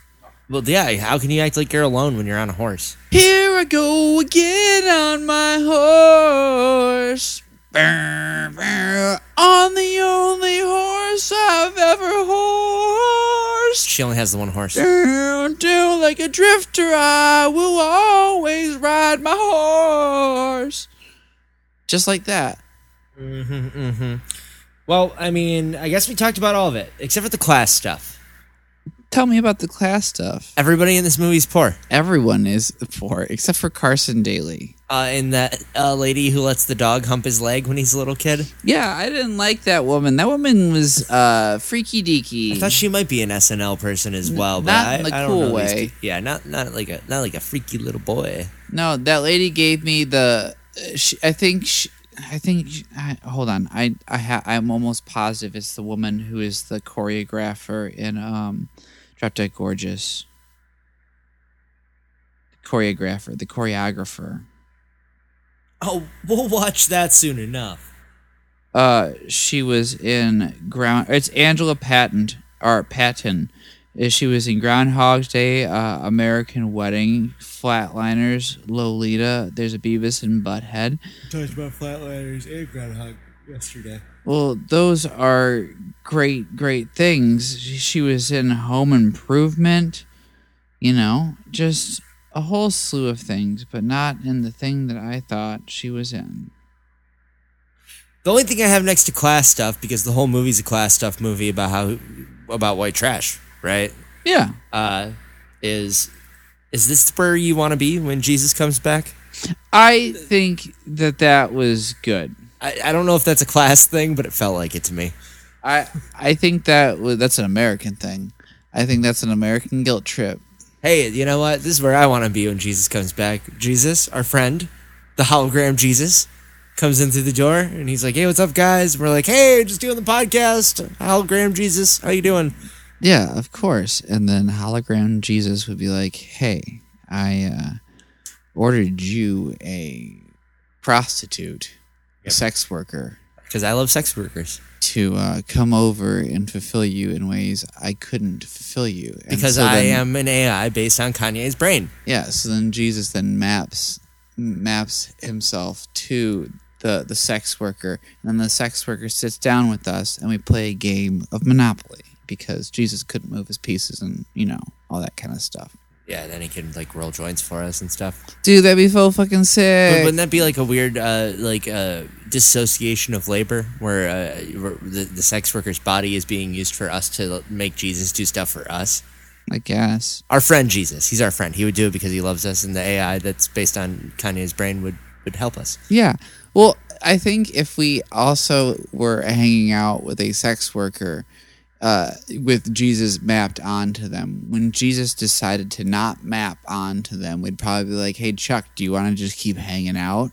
[SPEAKER 3] Well, yeah, how can you act like you're alone when you're on a horse?
[SPEAKER 2] Here I go again on my horse. Brr, brr. On the only horse I've ever horsed.
[SPEAKER 3] She only has the one horse.
[SPEAKER 2] Down, down like a drifter, I will always ride my horse. Just like that.
[SPEAKER 3] Well, I mean, I guess we talked about all of it, except for the class stuff.
[SPEAKER 2] Tell me about the class stuff.
[SPEAKER 3] Everybody in this movie is poor.
[SPEAKER 2] Everyone is poor except for Carson Daly.
[SPEAKER 3] Uh, and that uh, lady who lets the dog hump his leg when he's a little kid.
[SPEAKER 2] Yeah, I didn't like that woman. That woman was uh, freaky deaky.
[SPEAKER 3] I thought she might be an SNL person as well, but
[SPEAKER 2] not
[SPEAKER 3] I,
[SPEAKER 2] in a
[SPEAKER 3] I don't
[SPEAKER 2] cool
[SPEAKER 3] know these
[SPEAKER 2] way.
[SPEAKER 3] ki- yeah, not not like a not like a freaky little boy.
[SPEAKER 2] No, that lady gave me the. uh, She, I think she, I think. I, hold on. I I ha, I'm almost positive it's the woman who is the choreographer in um, Drop Dead Gorgeous. Choreographer, the choreographer.
[SPEAKER 3] Oh, we'll watch that soon enough.
[SPEAKER 2] Uh, she was in Ground. It's Angela Patton or Patton. Uh, She was in Groundhog Day, uh, American Wedding, Flatliners, Lolita. There's a Beavis and Butthead.
[SPEAKER 4] Talked about flatliners and groundhog yesterday.
[SPEAKER 2] Well, those are great, great things. She was in Home Improvement, you know, just a whole slew of things, but not in the thing that I thought she was in.
[SPEAKER 3] The only thing I have next to class stuff because the whole movie's a class stuff movie about how about white trash, right?
[SPEAKER 2] Yeah.
[SPEAKER 3] Uh, is is this where you want to be when Jesus comes back?
[SPEAKER 2] I think that that was good.
[SPEAKER 3] I, I don't know if that's a class thing, but it felt like it to me.
[SPEAKER 2] I I think that wa- that's an American thing. I think that's an American guilt trip.
[SPEAKER 3] Hey, you know what? This is where I want to be when Jesus comes back. Jesus, our friend, the hologram Jesus, comes in through the door and he's like, "Hey, what's up, guys?" And we're like, "Hey, just doing the podcast. Hologram Jesus, how you doing?"
[SPEAKER 2] Yeah, of course. And then hologram Jesus would be like, "Hey, I uh, ordered you a prostitute, a sex worker,
[SPEAKER 3] Because I love sex workers.
[SPEAKER 2] to uh, come over and fulfill you in ways I couldn't fulfill you." And
[SPEAKER 3] Because
[SPEAKER 2] so
[SPEAKER 3] I
[SPEAKER 2] then-
[SPEAKER 3] am an AI based on Kanye's brain.
[SPEAKER 2] Yeah. So then Jesus then maps maps himself to the the sex worker, and then the sex worker sits down with us, and we play a game of Monopoly because Jesus couldn't move his pieces, and you know all that kind of stuff.
[SPEAKER 3] Yeah, then he can like roll joints for us and stuff.
[SPEAKER 2] Dude, that'd be so fucking
[SPEAKER 3] But
[SPEAKER 2] sick.
[SPEAKER 3] wouldn't that be like a weird, uh, like uh, dissociation of labor, where, uh, where the, the sex worker's body is being used for us to make Jesus do stuff for us?
[SPEAKER 2] I guess.
[SPEAKER 3] Our friend Jesus, he's our friend. He would do it because he loves us, and the AI that's based on Kanye's brain would would help us.
[SPEAKER 2] Yeah. Well, I think if we also were hanging out with a sex worker uh, with Jesus mapped onto them, when Jesus decided to not map onto them, we'd probably be like, hey, Chuck, do you want to just keep hanging out?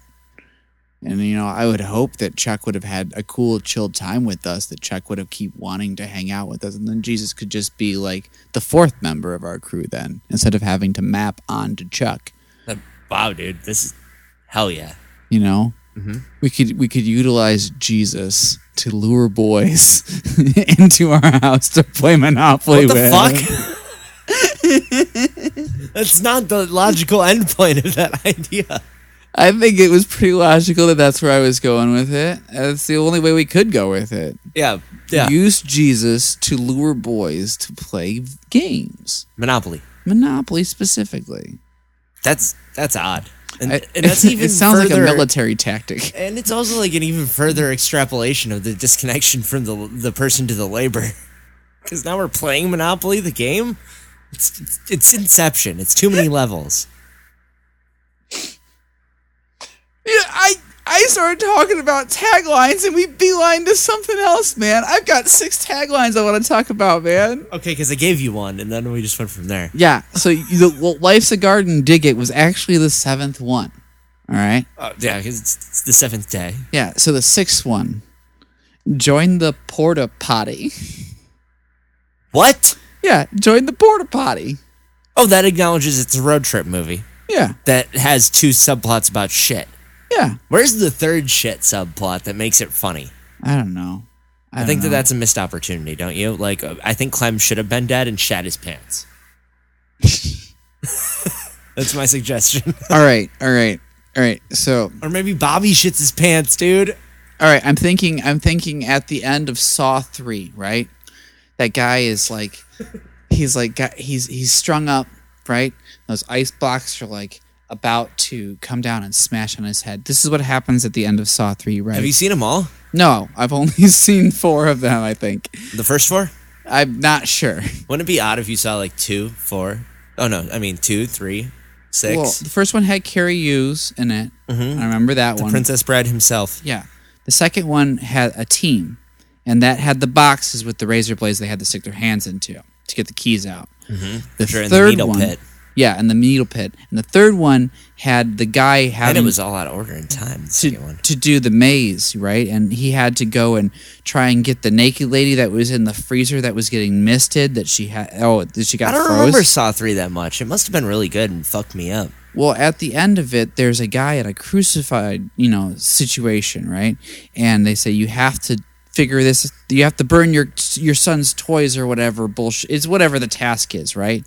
[SPEAKER 2] And, you know, I would hope that Chuck would have had a cool, chilled time with us, that Chuck would have keep wanting to hang out with us. And then Jesus could just be like the fourth member of our crew then, instead of having to map onto Chuck,
[SPEAKER 3] Like, wow, dude, this is hell yeah.
[SPEAKER 2] you know? we could we could utilize Jesus to lure boys into our house to play Monopoly
[SPEAKER 3] What the
[SPEAKER 2] with.
[SPEAKER 3] fuck? that's not the logical endpoint of that idea.
[SPEAKER 2] I think it was pretty logical that that's where I was going with it. That's the only way we could go with it.
[SPEAKER 3] Yeah, yeah.
[SPEAKER 2] Use Jesus to lure boys to play v- games,
[SPEAKER 3] Monopoly.
[SPEAKER 2] Monopoly specifically.
[SPEAKER 3] That's that's odd, and,
[SPEAKER 2] I-
[SPEAKER 3] and that's even
[SPEAKER 2] it sounds
[SPEAKER 3] further,
[SPEAKER 2] like a military tactic.
[SPEAKER 3] And it's also like an even further extrapolation of the disconnection from the the person to the labor, because now we're playing Monopoly the game. It's, it's it's Inception. It's too many levels.
[SPEAKER 2] Yeah, I I started talking about taglines and we beeline to something else, man. I've got six taglines I want to talk about, man.
[SPEAKER 3] Okay, because I gave you one, and then we just went from there.
[SPEAKER 2] Yeah. So you, the, well, Life's a Garden Dig It was actually the seventh one. All right.
[SPEAKER 3] Oh, yeah, because it's, it's the seventh day.
[SPEAKER 2] Yeah. So the sixth one, join the porta potty.
[SPEAKER 3] What?
[SPEAKER 2] Yeah. Join the porta potty.
[SPEAKER 3] Oh, that acknowledges it's a road trip movie
[SPEAKER 2] Yeah.
[SPEAKER 3] that has two subplots about shit.
[SPEAKER 2] Yeah.
[SPEAKER 3] Where's the third shit subplot that makes it funny?
[SPEAKER 2] I don't know. I,
[SPEAKER 3] I
[SPEAKER 2] don't
[SPEAKER 3] think that
[SPEAKER 2] know.
[SPEAKER 3] that's a missed opportunity, don't you? Like, uh, I think Clem should have been dead and shat his pants. that's my suggestion.
[SPEAKER 2] all right. All right. All right. So
[SPEAKER 3] or maybe Bobby shits his pants, dude.
[SPEAKER 2] All right, I'm thinking. I'm thinking at the end of Saw Three, right? That guy is like, he's like, got, he's he's strung up, right? Those ice blocks are like about to come down and smash on his head. This is what happens at the end of Saw Three, right?
[SPEAKER 3] Have you seen them all?
[SPEAKER 2] no, I've only seen four of them. I think.
[SPEAKER 3] The first four?
[SPEAKER 2] I'm not sure.
[SPEAKER 3] Wouldn't it be odd if you saw like two, four? Oh, no. I mean, two, three, six.
[SPEAKER 2] Well, the first one had Carrie Hughes in it.
[SPEAKER 3] Mm-hmm.
[SPEAKER 2] I remember that one.
[SPEAKER 3] Princess Bride himself.
[SPEAKER 2] Yeah. The second one had a team, and that had the boxes with the razor blades they had to stick their hands into to get the keys out. The
[SPEAKER 3] Which are in Mm-hmm. the
[SPEAKER 2] third
[SPEAKER 3] needle
[SPEAKER 2] one,
[SPEAKER 3] pit.
[SPEAKER 2] Yeah, and the needle pit. And the third one had the guy
[SPEAKER 3] And it
[SPEAKER 2] having
[SPEAKER 3] was all out of order in time. The
[SPEAKER 2] to,
[SPEAKER 3] second one.
[SPEAKER 2] to do the maze, right? And he had to go and try and get the naked lady that was in the freezer that was getting misted that she had. Oh, that she got.
[SPEAKER 3] I don't
[SPEAKER 2] froze.
[SPEAKER 3] remember Saw 3 that much. It must have been really good and fucked me up.
[SPEAKER 2] Well, at the end of it, there's a guy at a crucified, you know, situation, right? And they say you have to figure this. You have to burn your your son's toys or whatever bullshit. It's whatever the task is, right?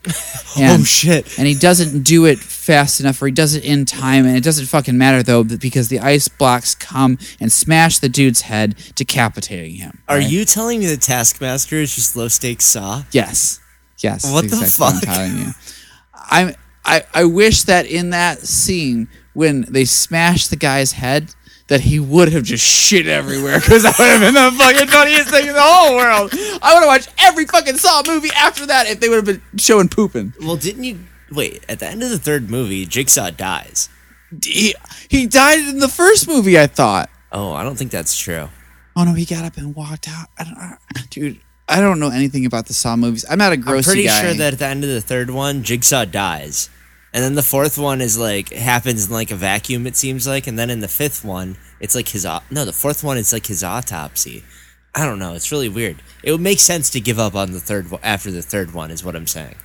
[SPEAKER 2] And,
[SPEAKER 3] Oh, shit.
[SPEAKER 2] And he doesn't do it fast enough, or he does it in time, and it doesn't fucking matter though, because the ice blocks come and smash the dude's head, decapitating him.
[SPEAKER 3] Are
[SPEAKER 2] right?
[SPEAKER 3] you telling me the Taskmaster is just low stakes Saw?
[SPEAKER 2] Yes. Yes. that's
[SPEAKER 3] What the
[SPEAKER 2] exactly what
[SPEAKER 3] fuck?
[SPEAKER 2] I'm telling you. I'm, I, I wish that in that scene when they smashed the guy's head, that he would have just shit everywhere because that would have been the fucking funniest thing in the whole world. I would have watched every fucking Saw movie after that if they would have been showing pooping.
[SPEAKER 3] Well, didn't you. Wait, at the end of the third movie, Jigsaw dies.
[SPEAKER 2] He, he died in the first movie, I thought.
[SPEAKER 3] Oh, I don't think that's true.
[SPEAKER 2] Oh no, he got up and walked out. I don't, I, dude, I don't know anything about the Saw movies. I'm not a grossy
[SPEAKER 3] I'm pretty
[SPEAKER 2] guy.
[SPEAKER 3] sure that at the end of the third one, Jigsaw dies. And then the fourth one is like happens in like a vacuum, it seems like. And then in the fifth one, it's like his au- no, the fourth one is like his autopsy. I don't know. It's really weird. It would make sense to give up on the third one after the third one, is what I'm saying.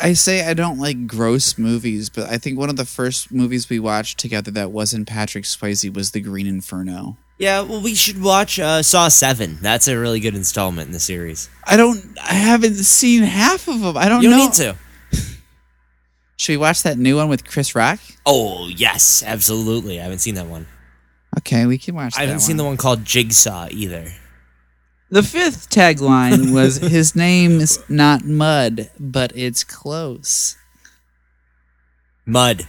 [SPEAKER 2] I say I don't like gross movies, but I think one of the first movies we watched together that wasn't Patrick Swayze was The Green Inferno.
[SPEAKER 3] Yeah, well, we should watch uh, Saw Seven. That's a really good installment in the series.
[SPEAKER 2] I don't. I haven't seen half of them. I don't
[SPEAKER 3] You don't
[SPEAKER 2] know.
[SPEAKER 3] need to.
[SPEAKER 2] Should we watch that new one with Chris Rock?
[SPEAKER 3] Oh yes, absolutely. I haven't seen that one.
[SPEAKER 2] Okay, we can watch.
[SPEAKER 3] I haven't
[SPEAKER 2] that
[SPEAKER 3] seen the
[SPEAKER 2] one.
[SPEAKER 3] one called Jigsaw either.
[SPEAKER 2] The fifth tagline was "His name is not Mud, but it's close."
[SPEAKER 3] Mud.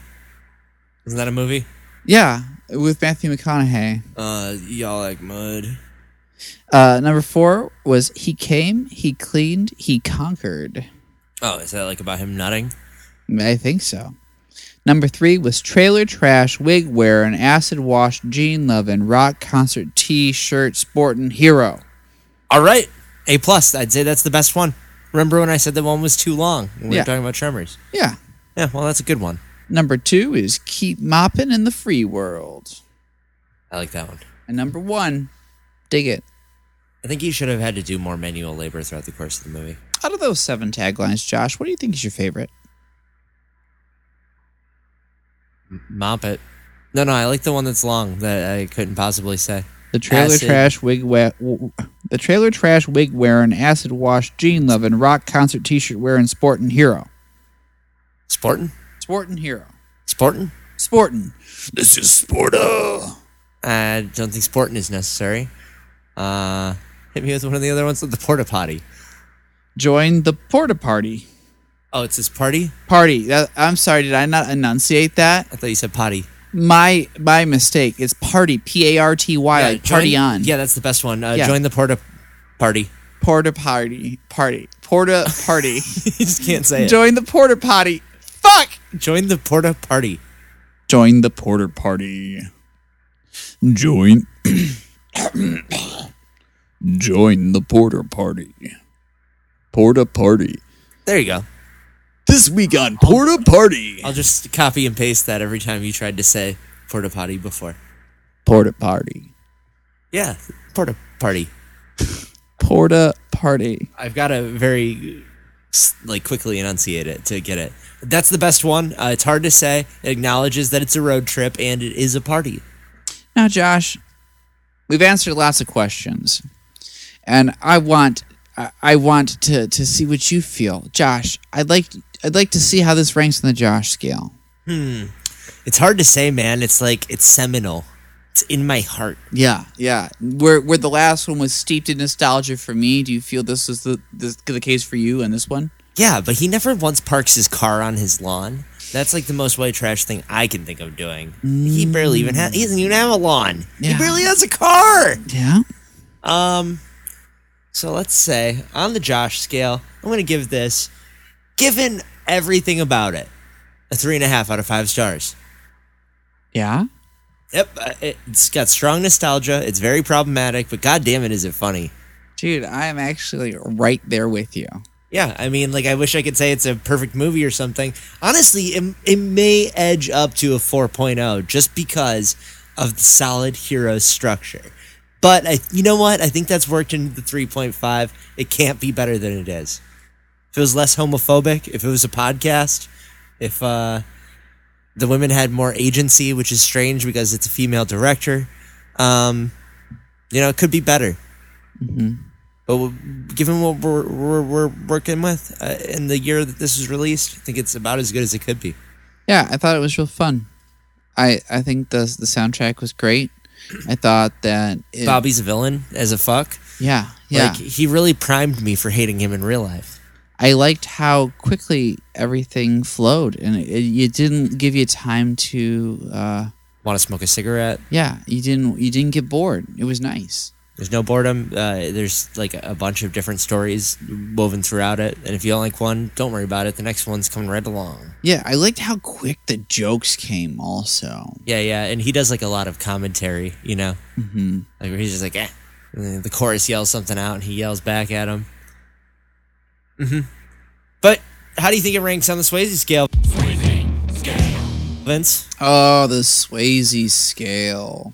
[SPEAKER 3] Isn't that a movie?
[SPEAKER 2] Yeah, with Matthew McConaughey.
[SPEAKER 3] Uh, y'all like mud.
[SPEAKER 2] Uh, number four was "He came, he cleaned, he conquered."
[SPEAKER 3] Oh, is that like about him nutting?
[SPEAKER 2] I think so. Number three was trailer trash, wig wear, an acid wash, jean loving, rock concert t shirt, sporting hero.
[SPEAKER 3] All right, A plus. I'd say that's the best one. Remember when I said that one was too long? When we
[SPEAKER 2] Yeah.
[SPEAKER 3] were talking about Tremors.
[SPEAKER 2] Yeah.
[SPEAKER 3] Yeah, well, that's a good one.
[SPEAKER 2] Number two is keep mopping in the free world.
[SPEAKER 3] I like that one.
[SPEAKER 2] And number one, dig it.
[SPEAKER 3] I think you should have had to do more manual labor throughout the course of the movie.
[SPEAKER 2] Out of those seven taglines, Josh, what do you think is your favorite?
[SPEAKER 3] Mop it. No, no, I like the one that's long that I couldn't possibly say.
[SPEAKER 2] The trailer
[SPEAKER 3] Acid.
[SPEAKER 2] trash wig wear, w- w- the trailer trash wig wearing, acid wash, jean loving, rock concert t-shirt wearing, sporting hero,
[SPEAKER 3] Sportin'?
[SPEAKER 2] sporting hero,
[SPEAKER 3] Sportin'?
[SPEAKER 2] sporting. This is sporta.
[SPEAKER 3] I don't think sportin' is necessary. Uh, hit me with one of the other ones with the porta potty.
[SPEAKER 2] Join the porta party.
[SPEAKER 3] Oh, it's this party?
[SPEAKER 2] Party. That, I'm sorry, did I not enunciate that?
[SPEAKER 3] I thought you said potty.
[SPEAKER 2] My my mistake. It's party. P A R T Y.
[SPEAKER 3] Yeah,
[SPEAKER 2] like party
[SPEAKER 3] Uh, join-
[SPEAKER 2] on.
[SPEAKER 3] Yeah, that's the best one. Uh,
[SPEAKER 2] Yeah.
[SPEAKER 3] Join the porta party.
[SPEAKER 2] Porta party. Party. Porta party.
[SPEAKER 3] you just can't say it.
[SPEAKER 2] Join the porta potty. Fuck.
[SPEAKER 3] Join the porta party.
[SPEAKER 2] Join the porter party. Join. Join the porter party. Porta party.
[SPEAKER 3] There you go.
[SPEAKER 2] This week on Porta Party.
[SPEAKER 3] I'll just copy and paste that every time you tried to say porta potty before.
[SPEAKER 2] Porta party.
[SPEAKER 3] Yeah, porta party.
[SPEAKER 2] Porta party.
[SPEAKER 3] I've got to very s- like quickly enunciate it to get it. That's the best one. Uh, it's hard to say. It acknowledges that it's a road trip and it is a party.
[SPEAKER 2] Now, Josh, we've answered lots of questions, and I want I- I want to to see what you feel, Josh. I'd like I'd like to see how this ranks on the Josh scale.
[SPEAKER 3] It's hard to say, man. It's like it's seminal. It's in my heart.
[SPEAKER 2] Yeah, yeah. Where where the last one was steeped in nostalgia for me, do you feel this was the this, the case for you and this one?
[SPEAKER 3] Yeah, but he never once parks his car on his lawn. That's like the most white trash thing I can think of doing. He barely even has. He doesn't even have a lawn.
[SPEAKER 2] Yeah.
[SPEAKER 3] He barely has a car.
[SPEAKER 2] Yeah.
[SPEAKER 3] Um, so let's say on the Josh scale, I'm gonna give this, given everything about it, a three and a half out of five stars.
[SPEAKER 2] Yeah.
[SPEAKER 3] Yep, uh, it's got strong nostalgia. It's very problematic, but goddamn it, is it funny?
[SPEAKER 2] Dude, I am actually right there with you.
[SPEAKER 3] Yeah, I mean, like I wish I could say it's a perfect movie or something. Honestly, it, it may edge up to a 4.0 just because of the solid hero structure. But I, you know what? I think that's worked into the 3.5. It can't be better than it is. If it was less homophobic, if it was a podcast, if uh, the women had more agency, which is strange because it's a female director, um, you know, it could be better. But w- given what we're, we're, we're working with uh, in the year that this was released, I think it's about as good as it could be.
[SPEAKER 2] Yeah, I thought it was real fun. I I think the the soundtrack was great. I thought that it,
[SPEAKER 3] Bobby's a villain as a fuck.
[SPEAKER 2] Yeah, yeah.
[SPEAKER 3] Like, he really primed me for hating him in real life.
[SPEAKER 2] I liked how quickly everything flowed, and it, it didn't give you time to. Uh,
[SPEAKER 3] Want to smoke a cigarette?
[SPEAKER 2] yeah, you didn't you didn't get bored. It was nice.
[SPEAKER 3] There's no boredom. Uh, there's like a bunch of different stories woven throughout it. And if you don't like one, don't worry about it. The next one's coming right along.
[SPEAKER 2] Yeah, I liked how quick the jokes came. Also,
[SPEAKER 3] Yeah, yeah. And he does like a lot of commentary, you know? Mm-hmm. Like where he's just like, eh. And then the chorus yells something out and he yells back at him. hmm But how do you think it ranks on the Swayze scale? Vince?
[SPEAKER 2] oh, the Swayze scale,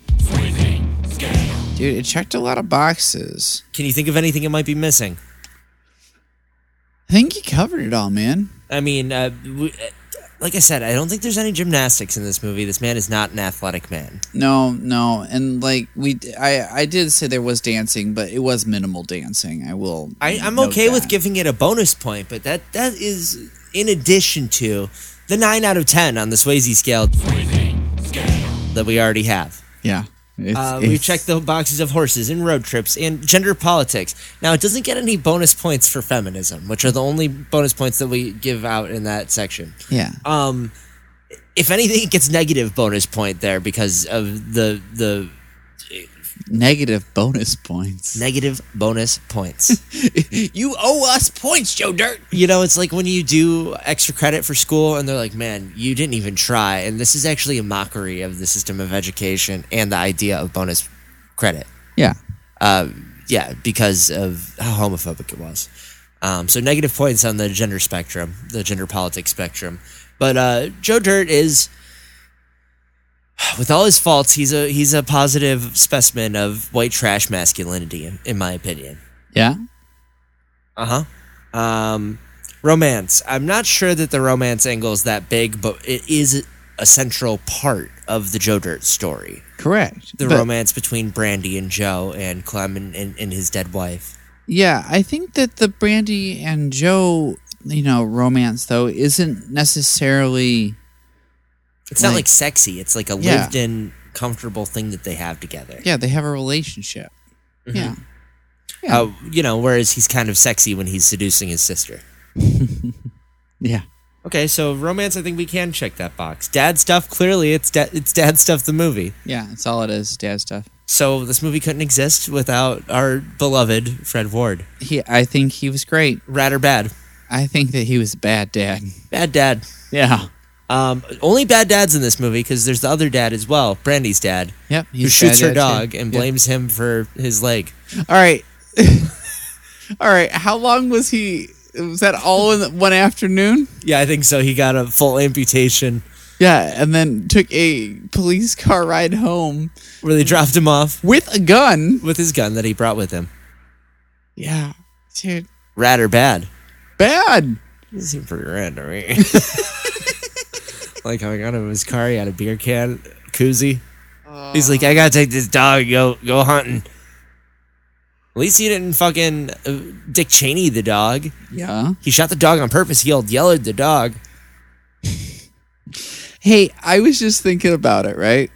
[SPEAKER 2] dude, it checked a lot of boxes.
[SPEAKER 3] Can you think of anything it might be missing?
[SPEAKER 2] I think you covered it all, man.
[SPEAKER 3] I mean, uh, we, uh, like I said, I don't think there's any gymnastics in this movie. This man is not an athletic man.
[SPEAKER 2] No, no, and like we, I, I did say there was dancing, but it was minimal dancing. I will.
[SPEAKER 3] I, I'm
[SPEAKER 2] note
[SPEAKER 3] okay with
[SPEAKER 2] that.
[SPEAKER 3] giving it a bonus point, but that that is in addition to the nine out of ten on the Swayze scale that we already have.
[SPEAKER 2] Yeah, It's-
[SPEAKER 3] Uh, we've
[SPEAKER 2] it's-
[SPEAKER 3] checked the boxes of horses and road trips and gender politics. Now it doesn't get any bonus points for feminism, which are the only bonus points that we give out in that section.
[SPEAKER 2] Yeah,
[SPEAKER 3] Um, if anything, it gets negative bonus point there because of the the
[SPEAKER 2] negative bonus points.
[SPEAKER 3] negative bonus points.
[SPEAKER 2] you owe us points, Joe Dirt.
[SPEAKER 3] you know, it's like when you do extra credit for school and they're like, man, you didn't even try. And this is actually a mockery of the system of education and the idea of bonus credit.
[SPEAKER 2] Yeah,
[SPEAKER 3] Uh, yeah, because of how homophobic it was. Um, so negative points on the gender spectrum, the gender politics spectrum. But uh, Joe Dirt is, with all his faults, he's a he's a positive specimen of white trash masculinity, in, in my opinion.
[SPEAKER 2] yeah.
[SPEAKER 3] Uh huh. Um, romance. I'm not sure that the romance angle is that big, but it is a central part of the Joe Dirt story.
[SPEAKER 2] Correct.
[SPEAKER 3] The
[SPEAKER 2] But-
[SPEAKER 3] romance between Brandy and Joe and Clem and, and, and his dead wife.
[SPEAKER 2] Yeah, I think that the Brandy and Joe, you know, romance though isn't necessarily.
[SPEAKER 3] It's not
[SPEAKER 2] Like-
[SPEAKER 3] like sexy. It's like a
[SPEAKER 2] Yeah.
[SPEAKER 3] lived in, comfortable thing that they have together.
[SPEAKER 2] Yeah, they have a relationship. Yeah. Yeah.
[SPEAKER 3] Uh, you know, whereas he's kind of sexy when he's seducing his sister.
[SPEAKER 2] yeah.
[SPEAKER 3] Okay, so romance, I think we can check that box. Dad stuff, clearly, it's da- it's dad stuff. The movie.
[SPEAKER 2] Yeah. That's all it is. Dad stuff.
[SPEAKER 3] So this movie couldn't exist without our beloved Fred Ward.
[SPEAKER 2] He. I think he was great.
[SPEAKER 3] Rat or bad?
[SPEAKER 2] I think that he was a bad dad.
[SPEAKER 3] Bad dad.
[SPEAKER 2] Yeah.
[SPEAKER 3] Um, only bad dads in this movie because there's the other dad as well, Brandy's dad,
[SPEAKER 2] Yep.
[SPEAKER 3] who
[SPEAKER 2] He's a
[SPEAKER 3] shoots
[SPEAKER 2] bad
[SPEAKER 3] her
[SPEAKER 2] dad,
[SPEAKER 3] dog
[SPEAKER 2] too.
[SPEAKER 3] and
[SPEAKER 2] Yep.
[SPEAKER 3] blames him for his leg.
[SPEAKER 2] All right. all right. How long was he? Was that all in the- one afternoon?
[SPEAKER 3] Yeah, I think so. He got a full amputation
[SPEAKER 2] Yeah, and then took a police car ride home
[SPEAKER 3] where they dropped him off
[SPEAKER 2] with a gun.
[SPEAKER 3] with his gun that he brought with him.
[SPEAKER 2] Yeah, dude,
[SPEAKER 3] Rat or bad?
[SPEAKER 2] bad.
[SPEAKER 3] This seemed pretty random. eh? like how he got out of his car, he had a beer can, koozie. He's like, I gotta take this dog, and go go hunting. At least he didn't fucking uh, Dick Cheney the dog.
[SPEAKER 2] Yeah.
[SPEAKER 3] He shot the dog on purpose. He yelled, yelled at the dog.
[SPEAKER 2] Hey, I was just thinking about it, right?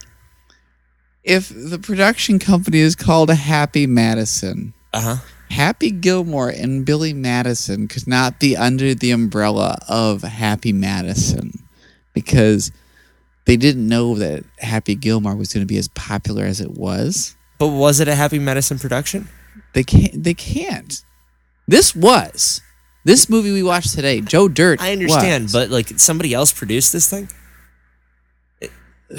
[SPEAKER 2] If the production company is called Happy Madison,
[SPEAKER 3] Uh huh.
[SPEAKER 2] Happy Gilmore and Billy Madison could not be under the umbrella of Happy Madison because they didn't know that Happy Gilmore was going to be as popular as it was.
[SPEAKER 3] But was it a Happy Medicine production?
[SPEAKER 2] They can't. They can't. This was this movie we watched today. Joe Dirt.
[SPEAKER 3] I understand,
[SPEAKER 2] was.
[SPEAKER 3] but like somebody else produced this thing.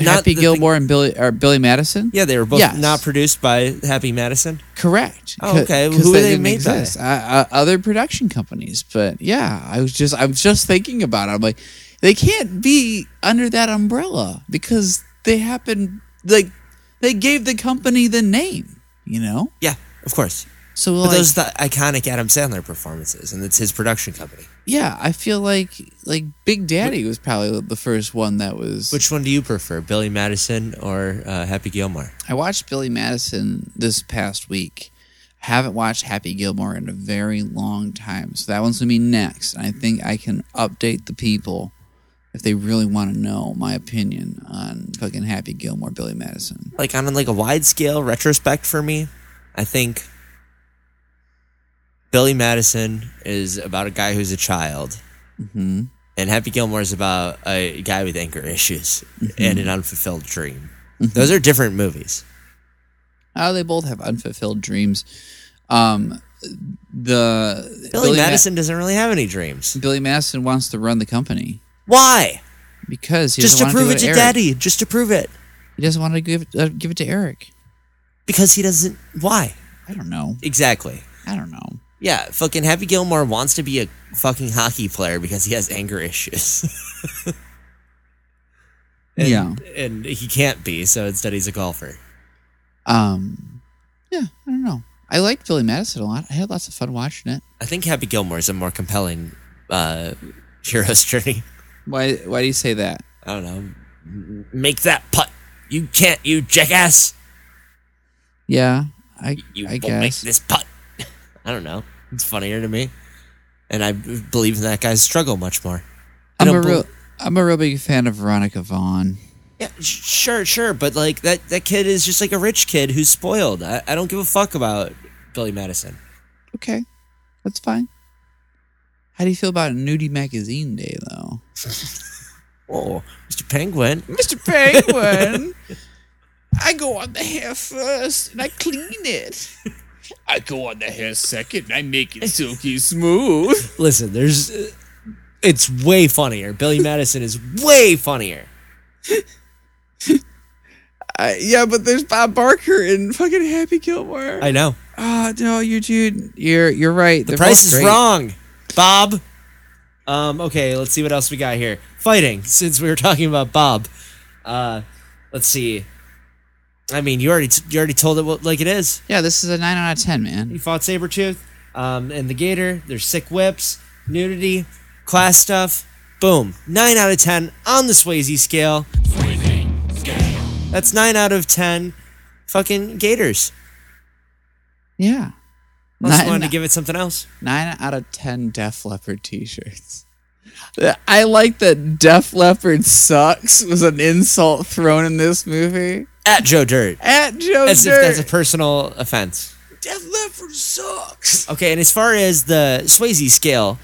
[SPEAKER 2] Happy
[SPEAKER 3] the
[SPEAKER 2] Gilmore and Billy or Billy Madison.
[SPEAKER 3] Yeah, they were both
[SPEAKER 2] Yes.
[SPEAKER 3] not produced by Happy Madison.
[SPEAKER 2] Correct.
[SPEAKER 3] Oh, okay. Who they made by?
[SPEAKER 2] Uh, uh, other production companies, but yeah, I was just I'm just thinking about it. I'm like, they can't be under that umbrella because they happen like they gave the company the name, you know.
[SPEAKER 3] Yeah, of course.
[SPEAKER 2] So
[SPEAKER 3] But
[SPEAKER 2] like,
[SPEAKER 3] those are the iconic Adam Sandler performances, and it's his production company.
[SPEAKER 2] yeah, I feel like like Big Daddy was probably the first one that was.
[SPEAKER 3] Which one do you prefer, Billy Madison or uh, Happy Gilmore?
[SPEAKER 2] I watched Billy Madison this past week. Haven't watched Happy Gilmore in a very long time, so that one's gonna be next. And I think I can update the people if they really want to know my opinion on fucking Happy Gilmore, Billy Madison.
[SPEAKER 3] Like on like a wide scale retrospect for me, I think Billy Madison is about a guy who's a child, and Happy Gilmore is about a guy with anger issues and an unfulfilled dream. Those are different movies.
[SPEAKER 2] Oh, they both have unfulfilled dreams. Um, the
[SPEAKER 3] Billy,
[SPEAKER 2] Ma-
[SPEAKER 3] Madison doesn't really have any dreams.
[SPEAKER 2] Billy Madison wants to run the company
[SPEAKER 3] Why?
[SPEAKER 2] because he
[SPEAKER 3] Just to
[SPEAKER 2] doesn't
[SPEAKER 3] prove
[SPEAKER 2] want
[SPEAKER 3] it to
[SPEAKER 2] Eric.
[SPEAKER 3] Daddy. Just to prove it.
[SPEAKER 2] He doesn't want to give it, uh, give it to Eric.
[SPEAKER 3] Because he doesn't. Why?
[SPEAKER 2] I don't know.
[SPEAKER 3] Exactly.
[SPEAKER 2] I don't know.
[SPEAKER 3] Yeah, fucking Happy Gilmore wants to be a fucking hockey player because he has anger issues. and,
[SPEAKER 2] yeah.
[SPEAKER 3] And he can't be, so instead he's a golfer.
[SPEAKER 2] Um, yeah, I don't know. I liked Billy Madison a lot. I had lots of fun watching it.
[SPEAKER 3] I think Happy Gilmore is a more compelling uh, hero's journey.
[SPEAKER 2] Why? Why do you say that?
[SPEAKER 3] I don't know. M- Make that putt. You can't, you jackass.
[SPEAKER 2] Yeah, I
[SPEAKER 3] You
[SPEAKER 2] I
[SPEAKER 3] won't make
[SPEAKER 2] guess
[SPEAKER 3] this putt. I don't know. It's funnier to me. And I b- believe in that guy's struggle much more. I
[SPEAKER 2] I'm a
[SPEAKER 3] don't bel-
[SPEAKER 2] real I'm a real big fan of Veronica Vaughn.
[SPEAKER 3] Yeah, sh- sure, sure, but like that that kid is just like a rich kid who's spoiled. I, I don't give a fuck about Billy Madison.
[SPEAKER 2] Okay, that's fine. How do you feel about Nudie Magazine Day though,
[SPEAKER 3] Oh, Mr. Penguin.
[SPEAKER 2] Mr. Penguin? I go on the hair first and I clean it.
[SPEAKER 1] I go on the hair second and I make it silky smooth.
[SPEAKER 3] Listen, there's uh, it's way funnier. Billy Madison is way funnier.
[SPEAKER 2] I, yeah, but there's Bob Barker and fucking Happy Gilmore.
[SPEAKER 3] I know.
[SPEAKER 2] Oh no, you dude, you're you're right.
[SPEAKER 3] The price is wrong. Bob. Um okay, let's see what else we got here. Fighting since we were talking about Bob. Uh let's see. I mean, you already t- you already told it what, like it is.
[SPEAKER 2] Yeah, this is a nine out of ten,
[SPEAKER 3] He
[SPEAKER 2] man.
[SPEAKER 3] fought Sabretooth um, and the Gator. There's sick whips, nudity, class stuff. Boom. 9 out of 10 on the Swayze scale. That's 9 out of 10 fucking Gators.
[SPEAKER 2] Yeah.
[SPEAKER 3] Unless you
[SPEAKER 2] Nine-
[SPEAKER 3] wanted to give it something else.
[SPEAKER 2] Nine out of ten Def Leppard T-shirts. I like that Def Leppard sucks was an insult thrown in this movie
[SPEAKER 3] At Joe Dirt.
[SPEAKER 2] at Joe
[SPEAKER 3] That's, a,
[SPEAKER 2] Dirt.
[SPEAKER 3] that's a personal offense.
[SPEAKER 2] Def Leppard sucks.
[SPEAKER 3] Okay, and as far as the Swayze scale,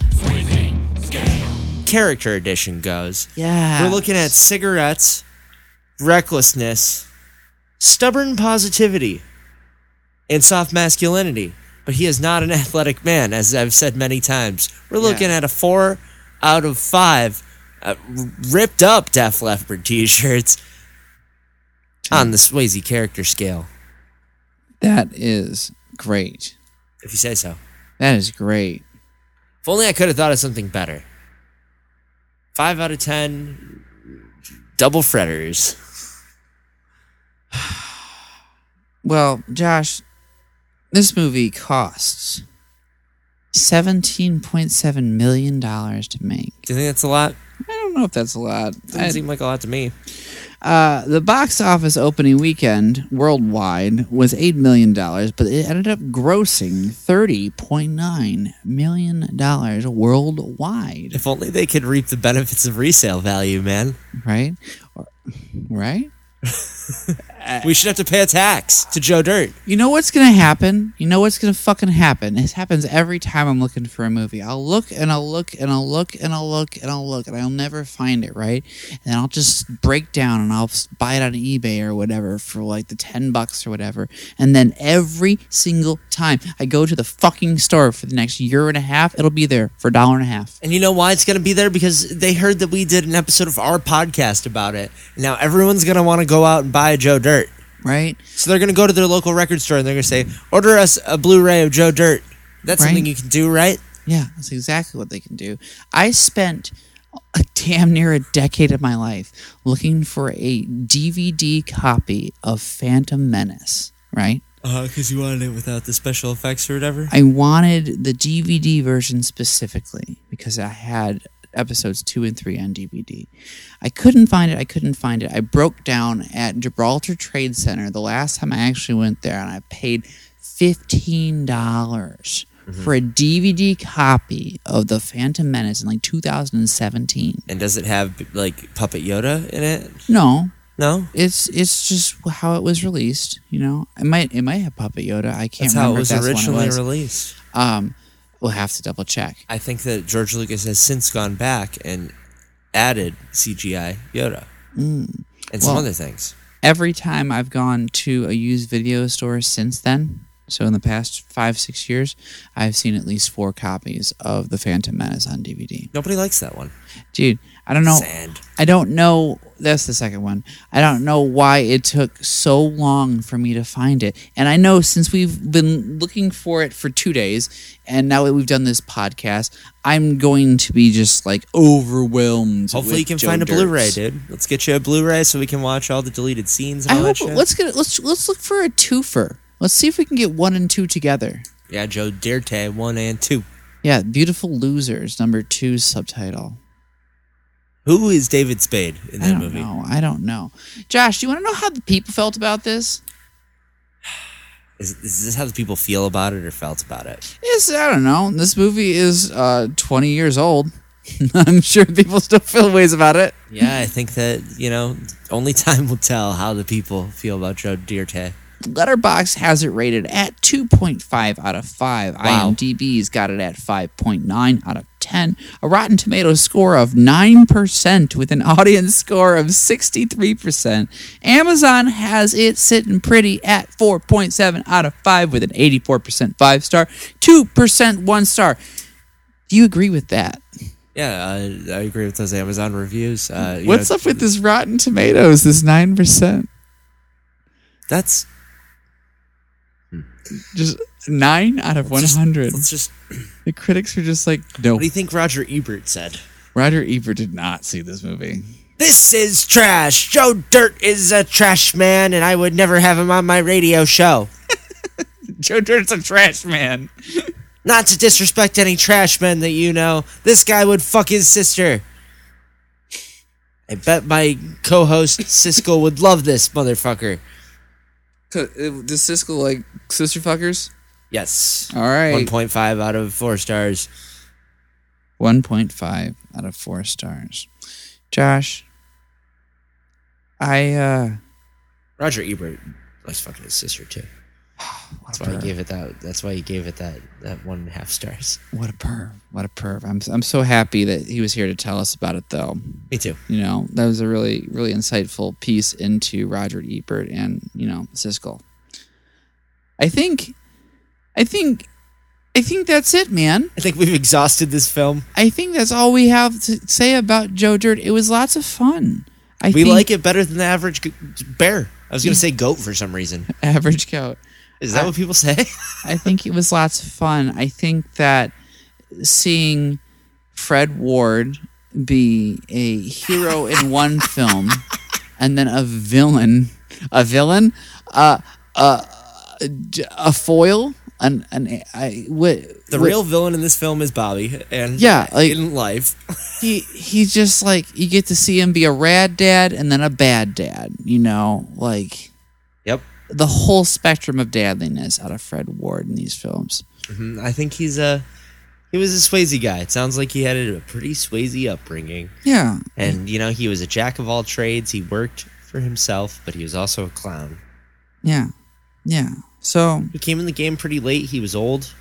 [SPEAKER 3] character edition goes,
[SPEAKER 2] Yeah,
[SPEAKER 3] We're looking at cigarettes, recklessness, stubborn positivity, and soft masculinity. But he is not an athletic man, as I've said many times. We're looking at a four out of five uh, r- ripped up Def Leppard t shirts on the Swayze character scale,
[SPEAKER 2] that is great.
[SPEAKER 3] if you say so.
[SPEAKER 2] That is great.
[SPEAKER 3] If only I could have thought of something better. Five out of ten double fretters.
[SPEAKER 2] Well, Josh, this movie costs seventeen point seven million dollars to make.
[SPEAKER 3] Do you think that's a lot?
[SPEAKER 2] I don't know if that's a lot.
[SPEAKER 3] Doesn't seem like a lot to me.
[SPEAKER 2] Uh, the box office opening weekend worldwide was eight million dollars, but it ended up grossing thirty point nine million dollars worldwide.
[SPEAKER 3] If only they could reap the benefits of resale value, man.
[SPEAKER 2] Right, Or- right.
[SPEAKER 3] we should have to pay a tax to Joe Dirt.
[SPEAKER 2] You know what's gonna happen? You know what's gonna fucking happen? This happens every time I'm looking for a movie. I'll look and I'll look and I'll look and I'll look and I'll look and I'll never find it, right? And I'll just break down and I'll s- buy it on eBay or whatever for like the 10 bucks or whatever. And then every single time I go to the fucking store for the next year and a half, it'll be there for a dollar and a half.
[SPEAKER 3] And you know why it's going to be there? Because they heard that we did an episode of our podcast about it. Now everyone's going to want to go out and buy a Joe Dirt.
[SPEAKER 2] Right?
[SPEAKER 3] So they're going to go to their local record store and they're going to say, order us a Blu ray of Joe Dirt. That's
[SPEAKER 2] Right.
[SPEAKER 3] something you can do, right?
[SPEAKER 2] Yeah, that's exactly what they can do. I spent a damn near a decade of my life looking for a DVD copy of Phantom Menace, right?
[SPEAKER 3] Because Uh-huh, you wanted it without the special effects or whatever?
[SPEAKER 2] I wanted the DVD version specifically because I had episodes two and three on DVD. I couldn't find it. I couldn't find it. I broke down at Gibraltar Trade Center the last time I actually went there and I paid $15 dollars
[SPEAKER 3] Mm-hmm.
[SPEAKER 2] for a DVD copy of The Phantom Menace in like 2017.
[SPEAKER 3] And does it have, like, Puppet Yoda in it?
[SPEAKER 2] No,
[SPEAKER 3] No?
[SPEAKER 2] it's it's just how it was released, you know. It might it might have Puppet Yoda. I can't
[SPEAKER 3] That's
[SPEAKER 2] remember
[SPEAKER 3] how it was
[SPEAKER 2] if that's the one
[SPEAKER 3] originally
[SPEAKER 2] it was.
[SPEAKER 3] released.
[SPEAKER 2] Um we'll have to double check.
[SPEAKER 3] I think that George Lucas has since gone back and added CGI Yoda and some
[SPEAKER 2] Hmm. Well-
[SPEAKER 3] other things.
[SPEAKER 2] every time I've gone to a used video store since then, so in the past five, six years, I've seen at least four copies of The Phantom Menace on DVD.
[SPEAKER 3] Nobody likes that one.
[SPEAKER 2] Dude, I don't know.
[SPEAKER 3] Sand.
[SPEAKER 2] I don't know. That's the second one. I don't know why it took so long for me to find it. And I know since we've been looking for it for two days, and now that we've done this podcast, I'm going to be just like overwhelmed.
[SPEAKER 3] Hopefully,
[SPEAKER 2] with
[SPEAKER 3] you can
[SPEAKER 2] Joe
[SPEAKER 3] find a
[SPEAKER 2] Dirt's.
[SPEAKER 3] Blu-ray, dude. Let's get you a Blu-ray so we can watch all the deleted scenes. And
[SPEAKER 2] I
[SPEAKER 3] all
[SPEAKER 2] hope.
[SPEAKER 3] that shit.
[SPEAKER 2] Let's get it. Let's let's look for a twofer. Let's see if we can get one and two together.
[SPEAKER 3] yeah, Joe Dirte one and two.
[SPEAKER 2] Yeah, beautiful losers number two subtitle.
[SPEAKER 3] Who is David Spade in
[SPEAKER 2] I
[SPEAKER 3] that
[SPEAKER 2] don't
[SPEAKER 3] movie?
[SPEAKER 2] know. I don't know. Josh, do you want to know how the people felt about this?
[SPEAKER 3] Is, is this how the people feel about it or felt about it?
[SPEAKER 2] Yes, I don't know. This movie is uh, twenty years old. I'm sure people still feel ways about it.
[SPEAKER 3] Yeah, I think that you know only time will tell how the people feel about Joe Dirte.
[SPEAKER 2] Letterbox has it rated at 2.5 out of 5.
[SPEAKER 3] Wow.
[SPEAKER 2] IMDb's got it at 5.9 out of 10. A Rotten Tomatoes score of 9% with an audience score of 63%. Amazon has it sitting pretty at 4.7 out of 5 with an 84% 5 star, 2% 1 star. Do you agree with that?
[SPEAKER 3] Yeah, uh, I agree with those Amazon reviews. Uh, you
[SPEAKER 2] What's
[SPEAKER 3] know,
[SPEAKER 2] up with this Rotten Tomatoes, this 9%?
[SPEAKER 3] That's
[SPEAKER 2] Just 9 out of
[SPEAKER 3] just-
[SPEAKER 2] 100.
[SPEAKER 3] Let's just.
[SPEAKER 2] the critics were just like, no.
[SPEAKER 3] What do you think Roger Ebert said?
[SPEAKER 2] Roger Ebert did not see this movie.
[SPEAKER 3] This is trash. Joe Dirt is a trash man, and I would never have him on my radio show.
[SPEAKER 2] Joe Dirt's a trash man.
[SPEAKER 3] Not to disrespect any trash men that you know, this guy would fuck his sister. I bet my co host Siskel would love this motherfucker.
[SPEAKER 2] uh, Does Siskel like sister fuckers?
[SPEAKER 3] Yes.
[SPEAKER 2] All right.
[SPEAKER 3] 1.5 out of 4 stars.
[SPEAKER 2] 1.5 out of 4 stars. Josh, I, uh,
[SPEAKER 3] Roger Ebert likes fucking his sister too. That's why he gave it that. That's why he gave it that that one and a half stars.
[SPEAKER 2] what a perv. What a perv. I'm, I'm so happy that he was here to tell us about it, though.
[SPEAKER 3] Me too.
[SPEAKER 2] You know, that was a really, really insightful piece into Roger Ebert and, you know, Siskel. I think, I think, I think that's it, man.
[SPEAKER 3] I think we've exhausted this film.
[SPEAKER 2] I think that's all we have to say about Joe Dirt. It was lots of fun. I
[SPEAKER 3] We
[SPEAKER 2] think
[SPEAKER 3] like it better than the average g- bear. I was gonna say goat for some reason.
[SPEAKER 2] average goat.
[SPEAKER 3] Is that what people say?
[SPEAKER 2] I think it was lots of fun. I think that seeing Fred Ward be a hero in one film and then a villain, a villain, uh, uh, a foil, an an I what
[SPEAKER 3] The
[SPEAKER 2] what-
[SPEAKER 3] real villain in this film is Bobby, and
[SPEAKER 2] Yeah, like-
[SPEAKER 3] in life,
[SPEAKER 2] he he's just like you get to see him be a rad dad and then a bad dad. You know, like.
[SPEAKER 3] yep.
[SPEAKER 2] the whole spectrum of dadliness out of Fred Ward in these films.
[SPEAKER 3] Mhm. I think he's a he was a Swayze guy. It sounds like he had a pretty Swayze upbringing,
[SPEAKER 2] Yeah,
[SPEAKER 3] and you know he was a jack of all trades. He worked for himself, but he was also a clown.
[SPEAKER 2] Yeah. Yeah. So,
[SPEAKER 3] He came in the game pretty late. He was old.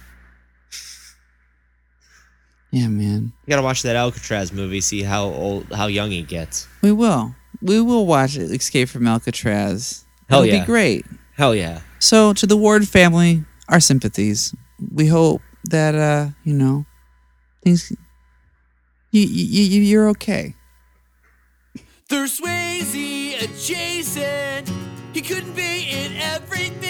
[SPEAKER 2] yeah, man.
[SPEAKER 3] You gotta watch that Alcatraz movie, see how old, how young he gets.
[SPEAKER 2] We will. We will watch Escape from Alcatraz.
[SPEAKER 3] Hell
[SPEAKER 2] It'll
[SPEAKER 3] yeah.
[SPEAKER 2] be great.
[SPEAKER 3] Hell yeah.
[SPEAKER 2] So to the Ward family, our sympathies. We hope that uh, you know, things you you you- you're okay.
[SPEAKER 1] They're Swayze adjacent. He couldn't be in everything